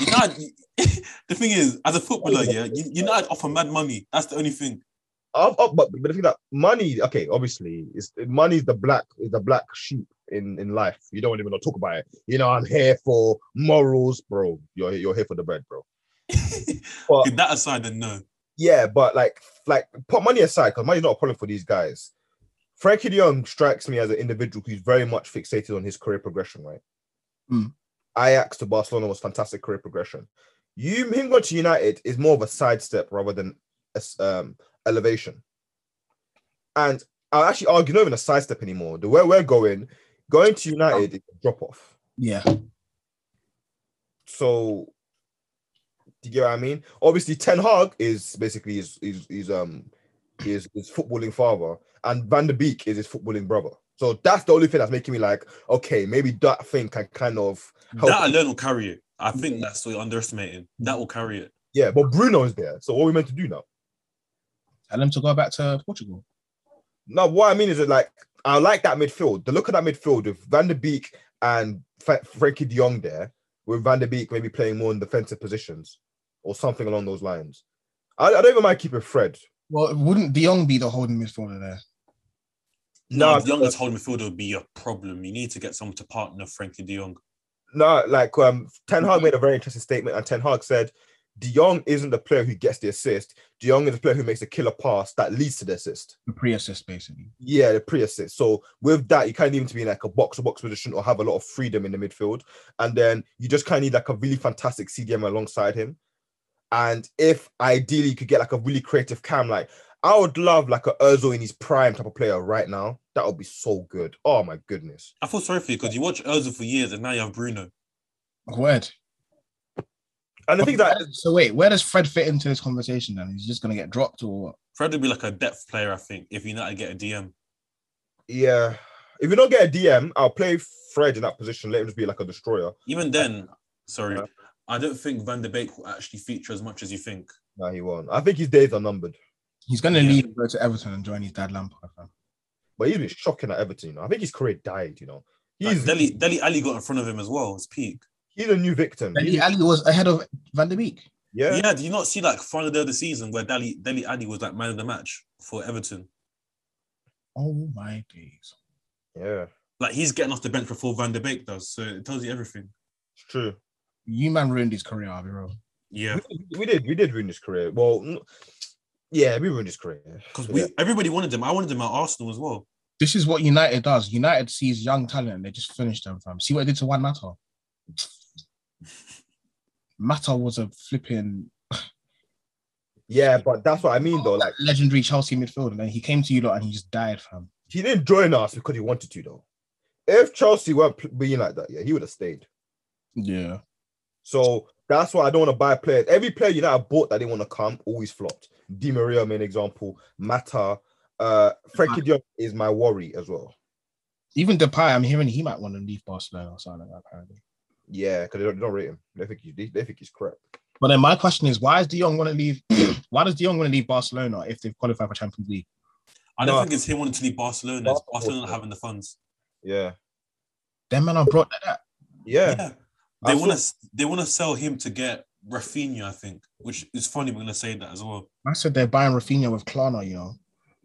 United, the thing is, as a footballer, yeah, you- United offer mad money. That's the only thing. Oh, oh, but but the thing that money, okay, obviously, is money is the black is the black sheep in in life. You don't even want to talk about it. You know, I'm here for morals, bro. You're you're here for the bread, bro. But- If that aside, then no. Yeah, but like like put money aside because money's not a problem for these guys. Frankie De Jong strikes me as an individual who's very much fixated on his career progression, right? Mm. Ajax to Barcelona was fantastic career progression. You him going to United is more of a sidestep rather than a s- um, elevation. And I'll actually argue not even a sidestep anymore. The way we're going, going to United is a drop off. Yeah. So, do you get what I mean? Obviously, Ten Hag is basically his his, his um his, his footballing father, and Van der Beek is his footballing brother. So that's the only thing that's making me like, okay, maybe that thing can kind of help. That alone will carry it. I think that's what you're underestimating. That will carry it. yeah, but Bruno's there. So what are we meant to do now? Tell him to go back to Portugal. No, what I mean is that like I like that midfield. The look at that midfield with Van der Beek and Fra- Frankie De Jong there, with Van der Beek maybe playing more in defensive positions or something along those lines. I, I don't even mind keeping Fred. Well, wouldn't De Jong be the holding midfielder there? No, No, as long as holding midfielder would be a problem, you need to get someone to partner Frankie De Jong. No, like um, Ten Hag made a very interesting statement, and Ten Hag said, "De Jong isn't the player who gets the assist. De Jong is the player who makes a killer pass that leads to the assist. The pre-assist, basically. Yeah, the pre-assist. So with that, you kind of need to be in like a box-to-box position or have a lot of freedom in the midfield, and then you just kind of need like a really fantastic CDM alongside him. And if ideally you could get like a really creative cam, like I would love like a Özil in his prime type of player right now. That would be so good. Oh my goodness. I feel sorry for you because you watch Ozil for years and now you have Bruno. Word. And the thing that so wait, where does Fred fit into this conversation then? He's just gonna get dropped or what? Fred would be like a depth player, I think, if you know how to get a DM. yeah, if you don't get a DM, I'll play Fred in that position. Let him just be like a destroyer. Even then, sorry, Yeah. I don't think Van der Beek will actually feature as much as you think. Nah, he won't. I think his days are numbered. He's gonna Yeah. leave and go to Everton and join his dad Lampard. Fam. But he's been shocking at Everton. You know? I think his career died. You know, Like, he's Deli Deli Ali got in front of him as well. It's peak. he's a new victim. Dele He's- Ali was ahead of Van der Beek. yeah, Yeah. do you not see like final day of the season where Deli Deli Ali was like man of the match for Everton? Oh my days. yeah, Like he's getting off the bench before Van der Beek does, so it tells you everything. it's true. You man ruined his career, I'll be real. Yeah, We did, we did ruin his career. Well, n- yeah, we ruined his career. because we Yeah. everybody wanted him. I wanted him at Arsenal as well. This is what United does. United sees young talent and they just finish them, fam. See what it did to Juan Mata? Mata was a flipping Yeah, but that's what I mean though. Like legendary Chelsea midfielder, and then he came to you lot and he just died, fam. he didn't join us because he wanted to though. If Chelsea weren't pl- being like that, yeah, he would have stayed. Yeah. So that's why I don't want to buy players. Every player you know I bought that didn't want to come always flopped. Di Maria, main example. Mata, uh, Frankie Dion is my worry as well. Even Depay, I'm hearing he might want to leave Barcelona or something like that, apparently. Yeah, because they don't, they don't rate him. They think he's they, they think he's crap. But then my question is, why is De Jong want to leave? why does De Jong want to leave Barcelona if they've qualified for Champions League? I don't No. think it's him wanting to leave Barcelona. It's Barcelona. Barcelona not having the funds. Yeah, Them men are brought like that. yeah. Yeah, I they want to they want to sell him to get Rafinha, I think, which is funny. We're gonna say that as well. I said they're buying Rafinha with Klarna, you know.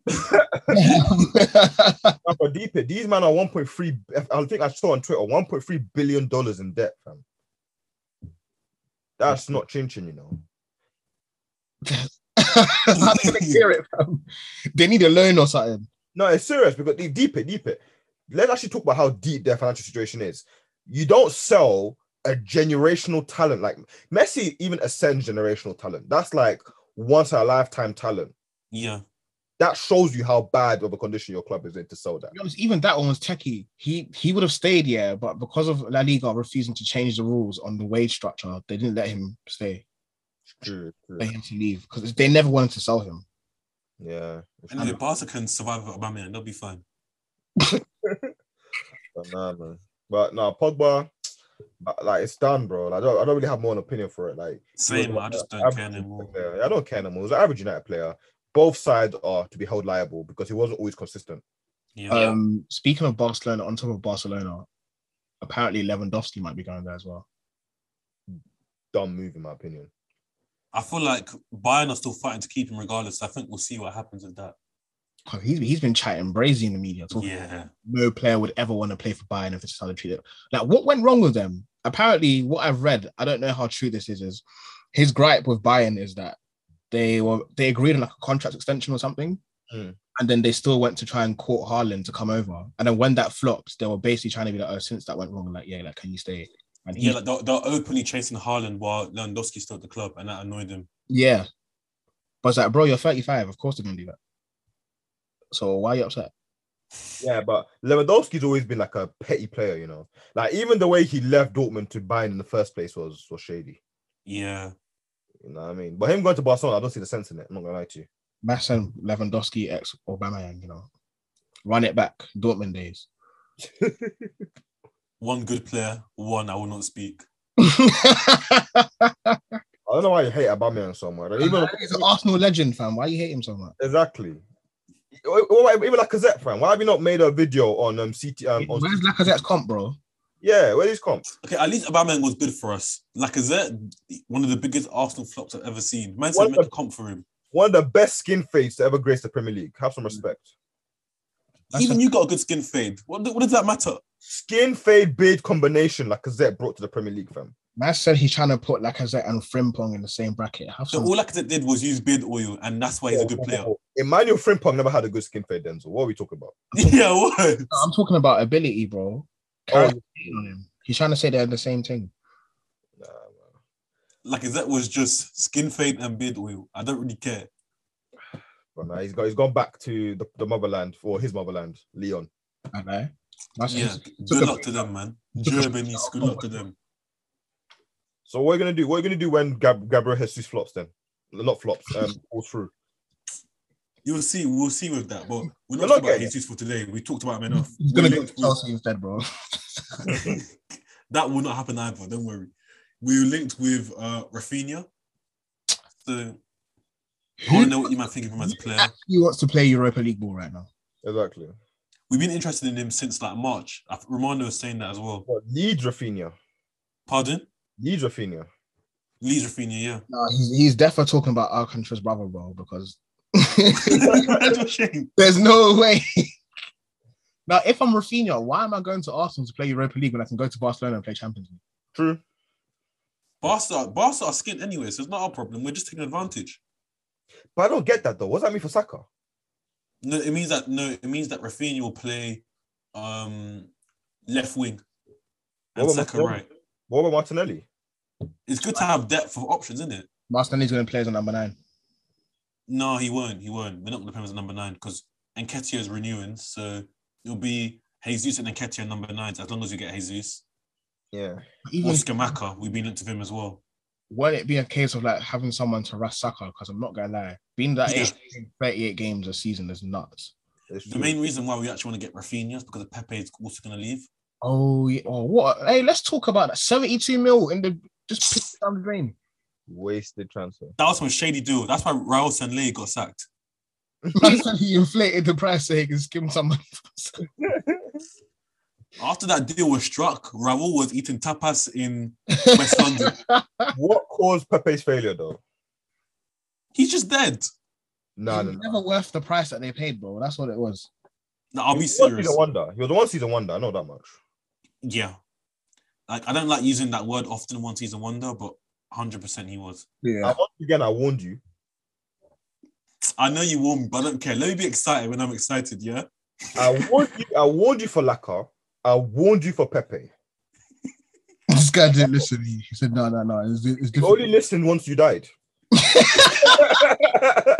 Now, for deep it, these men are 1.3. I think I saw on Twitter 1.3 billion dollars in debt, fam. That's not chinching, you know. How do they clear it, fam? They need a loan or something. No, it's serious because they- deep it, deep it. Let's actually talk about how deep their financial situation is. You don't sell a generational talent like Messi, even ascends generational talent. That's like once in a lifetime talent. Yeah, That shows you how bad of a condition your club is in to sell that. To be honest, Even that one was techie. He he would have stayed, yeah, but because of La Liga refusing to change the rules on the wage structure, they didn't let him stay. True, true. They had to leave because they never wanted to sell him. Yeah. it's and true. if Barca can survive without Aubameyang, they'll be fine. But nah, man. But no, Pogba, but, like it's done, bro. Like, I don't, I don't really have more an opinion for it. Like Same. like I just a don't care average anymore. player. I don't care anymore. He's an average United player. Both sides are to be held liable because he wasn't always consistent. Yeah, Um, speaking of Barcelona, on top of Barcelona, apparently Lewandowski might be going there as well. Dumb move, in my opinion. I feel like Bayern are still fighting to keep him regardless. I think we'll see what happens with that. 'Cause He's, he's been chatting brazy in the media. Talking Yeah, No player would ever want to play for Bayern if this is how they treat it. Like, what went wrong with them? Apparently, what I've read, I don't know how true this is, is his gripe with Bayern is that they were they agreed on like a contract extension or something. Mm. Hmm. And then they still went to try and court Haaland to come over. And then when that flops, they were basically trying to be like, oh, since that went wrong, like, yeah, like, can you stay? And he yeah. Like they're, they're openly chasing Haaland while Lewandowski's still at the club, and that annoyed him. Yeah. But it's like, bro, you're 35. Of course they're gonna do that. So why are you upset? Yeah, but Lewandowski's always been like a petty player, you know. Like even the way he left Dortmund to Bayern in the first place was was shady. Yeah, You know what I mean? But him going to Barcelona, I don't see the sense in it. I'm not gonna lie to you. Mass and Lewandowski ex Aubameyang, you know. Run it back, Dortmund days. one good player, one I will not speak. I don't know why you hate Aubameyang so much. Like, even He's an Arsenal legend, fam. Why you hate him so much? Exactly. Or- or Even like Kazette, fam. Why have you not made a video on um CT? Um, on Where's Lacazette's comp, bro? yeah, where is comp? Okay, at least Aubameyang was good for us. Lacazette, one of the biggest Arsenal flops I've ever seen. Man said What make the- a comp for him. One of the best skin fades to ever grace the Premier League. Have some respect. That's Even a- you got a good skin fade. What, do- what does that matter? Skin fade beard combination like Kazette brought to the Premier League, fam. Mass said he's trying to put Lacazette and Frimpong in the same bracket. Have So some all Lacazette did was use beard oil, and that's why he's a good player. Emmanuel Frimpong never had a good skin fade, Denzel. What are we talking about? yeah, what? I'm talking about ability, bro. Oh, Carrot hating on him. He's trying to say they're the same thing. nah, man. Lacazette was just skin fade and beard oil. I don't really care. But nah, he's got he's gone back to the, the motherland or his motherland, Leon. I know. That's Yeah, his- good luck to them, man. Germany, good luck to them. So what are you gonna do? What are you gonna do when Gab- Gabriel Jesus flops then? Not flops, um, falls through. You'll see. We'll see with that. But we're We're not not talking about getting it. Jesus for today. We talked about him enough. He's gonna We- go to Chelsea instead, bro. that will not happen either. Don't worry. We were linked with uh, Rafinha. So I want to know what you might think of him as a player. He wants to play Europa League ball right now. Exactly. We've been interested in him since like March. I- Romano was saying that as well. But Leeds Rafinha. Pardon? Leeds Rafinha. Leeds Rafinha, yeah. No, he's, he's definitely talking about Alcantara's brother, bro, because That's a shame. there's no way. now, if I'm Rafinha, why am I going to Arsenal to play Europa League when I can go to Barcelona and play Champions League? True. Barca, Barca are skint anyway, so it's not our problem. We're just taking advantage. But I don't get that though. What does that mean for Saka? No, it means that no, it means that Rafinha will play um, left wing and What about Saka Martinelli? right. What about Martinelli? It's good to have depth of options, isn't it? Martinelli's going to play as a number nine. No, he won't. He won't. We're not going to play him as a number nine because Nketiah is renewing, so it'll be Jesus and Nketiah number nines as long as you get Jesus Yeah. or Even Skamaka. We've been linked to him as well. won't it be a case of like having someone to rest Saka? Because I'm not gonna lie, being that Yeah. age, 38 games a season is nuts. It's The true. main reason why we actually want to get Rafinha is because Pepe is also going to leave. Oh, yeah. oh, what? Hey, let's talk about that. 72 mil in the just pissed down the drain. wasted transfer. That was some shady deal. That's why Raul Sanley got sacked. Man said he inflated the price so he can skim some money. After that deal was struck, Raul was eating tapas in West London. what caused Pepe's failure though? He's just dead. No, It no, was no. never worth the price that they paid, bro. That's what it was. No, I'll He be was one serious. season wonder. He was the one season wonder. I know that much. Yeah. Like I don't like using that word often one season wonder, but 100% he was. Yeah. And once again, I warned you. I know you warned me, but I don't care. Let me be excited when I'm excited, yeah? I warned you. I warned you for Laka. I warned you for Pepe. This guy didn't listen. He he said, no, no, no. It's, it's You different. only listened once you died.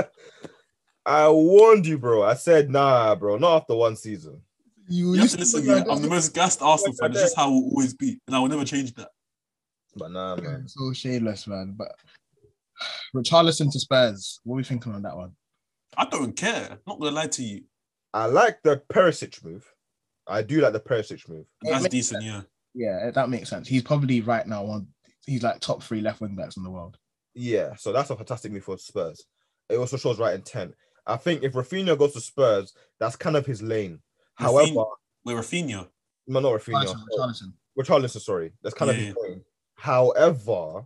I warned you, bro. I said, nah, bro, not after one season. You You have to used listen, to- yeah. I'm the most gassed Arsenal fan. It's Yeah. just how it will always be. And I will never change that. But nah, man. so shadeless, man. But Richarlison to Spurs. What are we thinking on that one? I don't care. I'm not going to lie to you. I like the Perisic move. I do like the Perisic move. It That's makes decent, yeah. Yeah, that makes sense. He's probably right now on. He's like top three left wing backs in the world. Yeah, so that's a fantastic move for Spurs. It also shows right intent. I think if Rafinha goes to Spurs, that's kind of his lane. However, Rafinha- Wait, Rafinha. no, not Rafinha. Richarlison, Richarlison. Richarlison, sorry. That's kind of Yeah, his thing. However,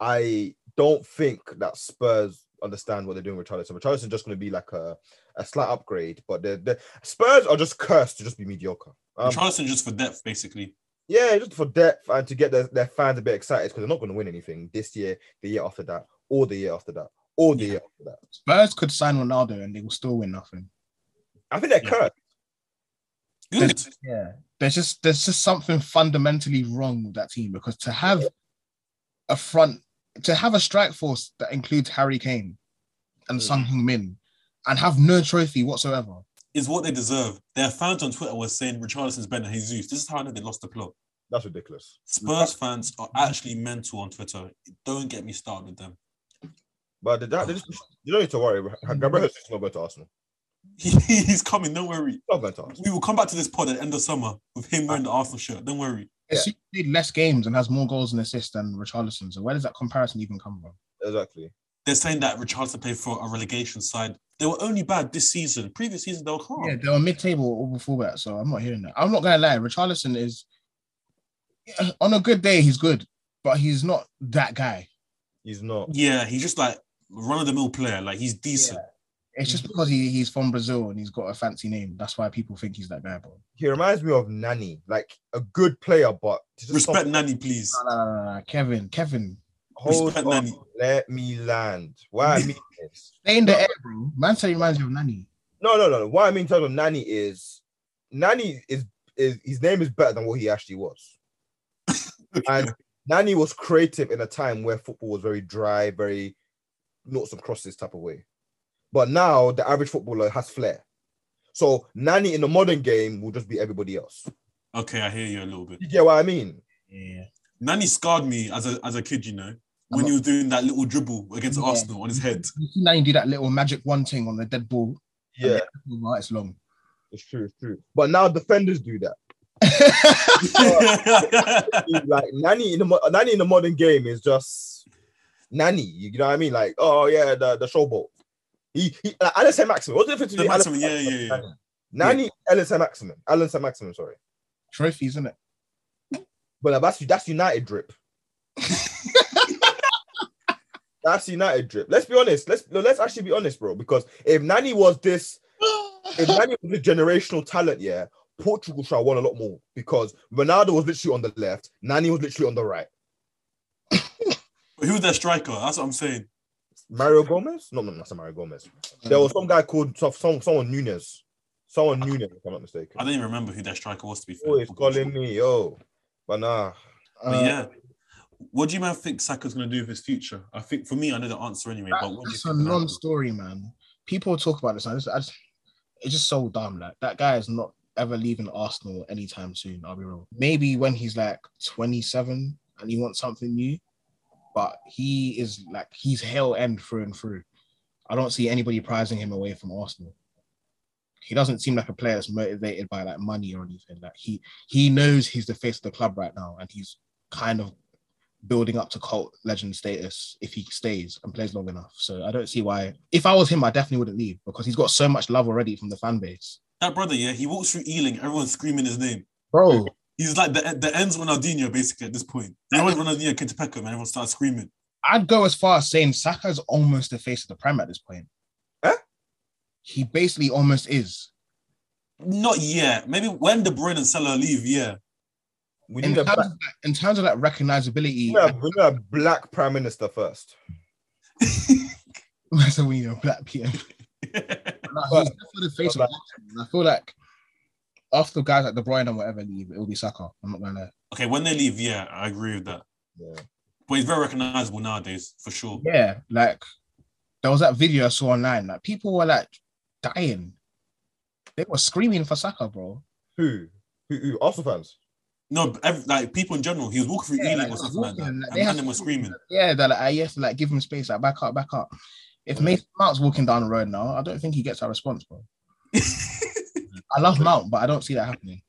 I don't think that Spurs understand what they're doing with Richarlison. Richarlison is just going to be like a, a slight upgrade, but the the Spurs are just cursed to just be mediocre. Um, Richarlison just for depth, basically. yeah, just for depth and to get their, their fans a bit excited because they're not going to win anything this year, the year after that, or the year after that, or the Yeah. year after that. Spurs could sign Ronaldo and they will still win nothing. I think they're Yeah. cursed. Good. Yeah. There's just there's just something fundamentally wrong with that team because to have a front to have a strike force that includes Harry Kane and Mm. Sung Heung Min and have no trophy whatsoever. Is what they deserve. Their fans on Twitter were saying Richarlison's better than Jesus. This is how I know they lost the plot. That's ridiculous. Spurs fans are actually mental on Twitter. Don't get me started with them. But they, they just, Oh. you don't need to worry. Gabriel Jesus is not going to Arsenal. He's coming, don't worry. He's not going to Arsenal. We will come back to this pod at the end of summer with him wearing the Arsenal shirt. Don't worry. Yeah. It's played less games and has more goals and assists than Richarlison. So where does that comparison even come from? Exactly. They're saying that Richarlison played for a relegation side. They were only bad this season. Previous season, they were Oh. calm. Yeah, they were mid-table or before that, so I'm not hearing that. I'm not gonna lie, Richarlison is yeah, on a good day, he's good, but he's not that guy. He's not. Yeah, he's just like run of the mill player. Like he's decent. It's Mm. just because he, he's from Brazil and he's got a fancy name. That's why people think he's that guy, bro. He reminds me of Nani, like a good player, but it's just Respect something- Nani, please. No, no, no, no, no. Kevin, Kevin, Hold respect on, Nani. let me land. Why I mean this? stay in the air, bro. Man said he reminds you of Nani. No, no, no. no. What I mean in terms of Nani is Nani is is his name is better than what he actually was. and Nani was creative in a time where football was very dry, very noughts and crosses type of way. But now the average footballer has flair. So Nani in the modern game will just be everybody else. Okay, I hear you a little bit. You get what I mean? Yeah. Nani scarred me as a as a kid, you know, when he was doing that little dribble against Yeah. Arsenal on his head. You see now you do that little magic one thing on the dead ball. Yeah, Right, it's long. it's true, it's true. But now defenders do that. like Nani in the mo- Nani in the modern game is just Nani. You know what I mean? Like, oh yeah, the the showboat. He, he like, Alan Saint Maximin. What's the difference between Saint Alan Maximin, Saint Maximin yeah, yeah, and Nani? Nani, Alan Saint Maximin. Alan Saint Maximin, sorry. Trophies, isn't it? But like, that's that's United drip. that's United drip. Let's be honest. Let's no, let's actually be honest, bro. Because if Nani was this, if Nani was the generational talent, yeah, Portugal should have won a lot more because Ronaldo was literally on the left, Nani was literally on the right. But who's their striker? That's what I'm saying. Mario Gomez? No, no, not Mario Gomez. There was some guy called some, some someone Nunez. Someone Nunez, if I'm not mistaken. I don't even remember who their striker was to be fair. Oh, it's calling me, yo. But nah, Uh, But yeah. What do you man think Saka's gonna do with his future? I think for me, I know the answer anyway. but what do you That's a think? about long it? story, man. People talk about this. and I just, I just, it's just so dumb. Like that guy is not ever leaving Arsenal anytime soon. I'll be real. Maybe when he's like 27 and he wants something new, but he is like he's hell end through and through. I don't see anybody prizing him away from Arsenal. He doesn't seem like a player that's motivated by like money or anything. Like he he knows he's the face of the club right now, and he's kind of building up to cult legend status if he stays and plays long enough. So I don't see why. If I was him, I definitely wouldn't leave because he's got so much love already from the fan base. That brother, yeah, he walks through Ealing, everyone's screaming his name. Bro, He's like the the ends Ronaldinho basically at this point. You know when Ronaldinho came to Peckham and everyone started screaming. I'd go as far as saying Saka's almost the face of the Prem at this point. Huh? He basically almost is. Not yet. Maybe when De Bruyne and Salah leave, yeah. we In need a terms, of, black, like, in terms of like recognizability, we need a, we need a black prime minister first. I said we need a black PM. Nah, he's definitely the face of But- Arsenal. And I feel like after guys like De Bruyne and whatever leave, it will be Saka. I'm not gonna lie. okay, when they leave, yeah, I agree with that. Yeah. But he's very recognizable nowadays, for sure. yeah, like there was that video I saw online. Like people were like dying. They were screaming for Saka, bro. Who? Who? Who? Arsenal fans. No, but ev- like people in general, he was walking through Yeah, Ealing like, or he was something like that, walking, like, they and, have and they to- were screaming. Yeah, they're like, ah, yes, like give him space, like back up, back up. If Mason Mount's walking down the road now, I don't think he gets that response, bro. I love Mount, but I don't see that happening.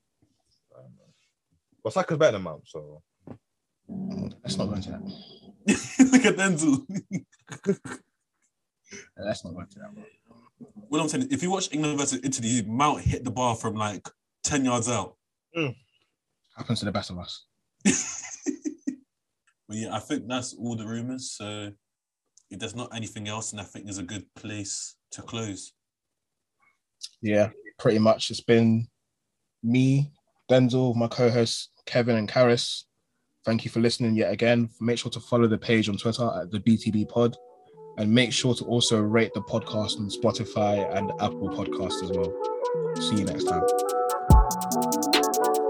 But Saka's better than Mount, so Let's not go into that. Look at Denzel. Let's not go into that, bro. What I'm saying, if you watch England versus Italy, Mount hit the bar from like ten yards out. Happens to the best of us. But yeah, I think that's all the rumors. So if there's not anything else, and I think there's a good place to close. Yeah, pretty much. It's been me, Denzel, my co-hosts Kevin and Karis. Thank you for listening yet again. Make sure to follow the page on Twitter at the BTB Pod, and make sure to also rate the podcast on Spotify and Apple Podcasts as well. See you next time.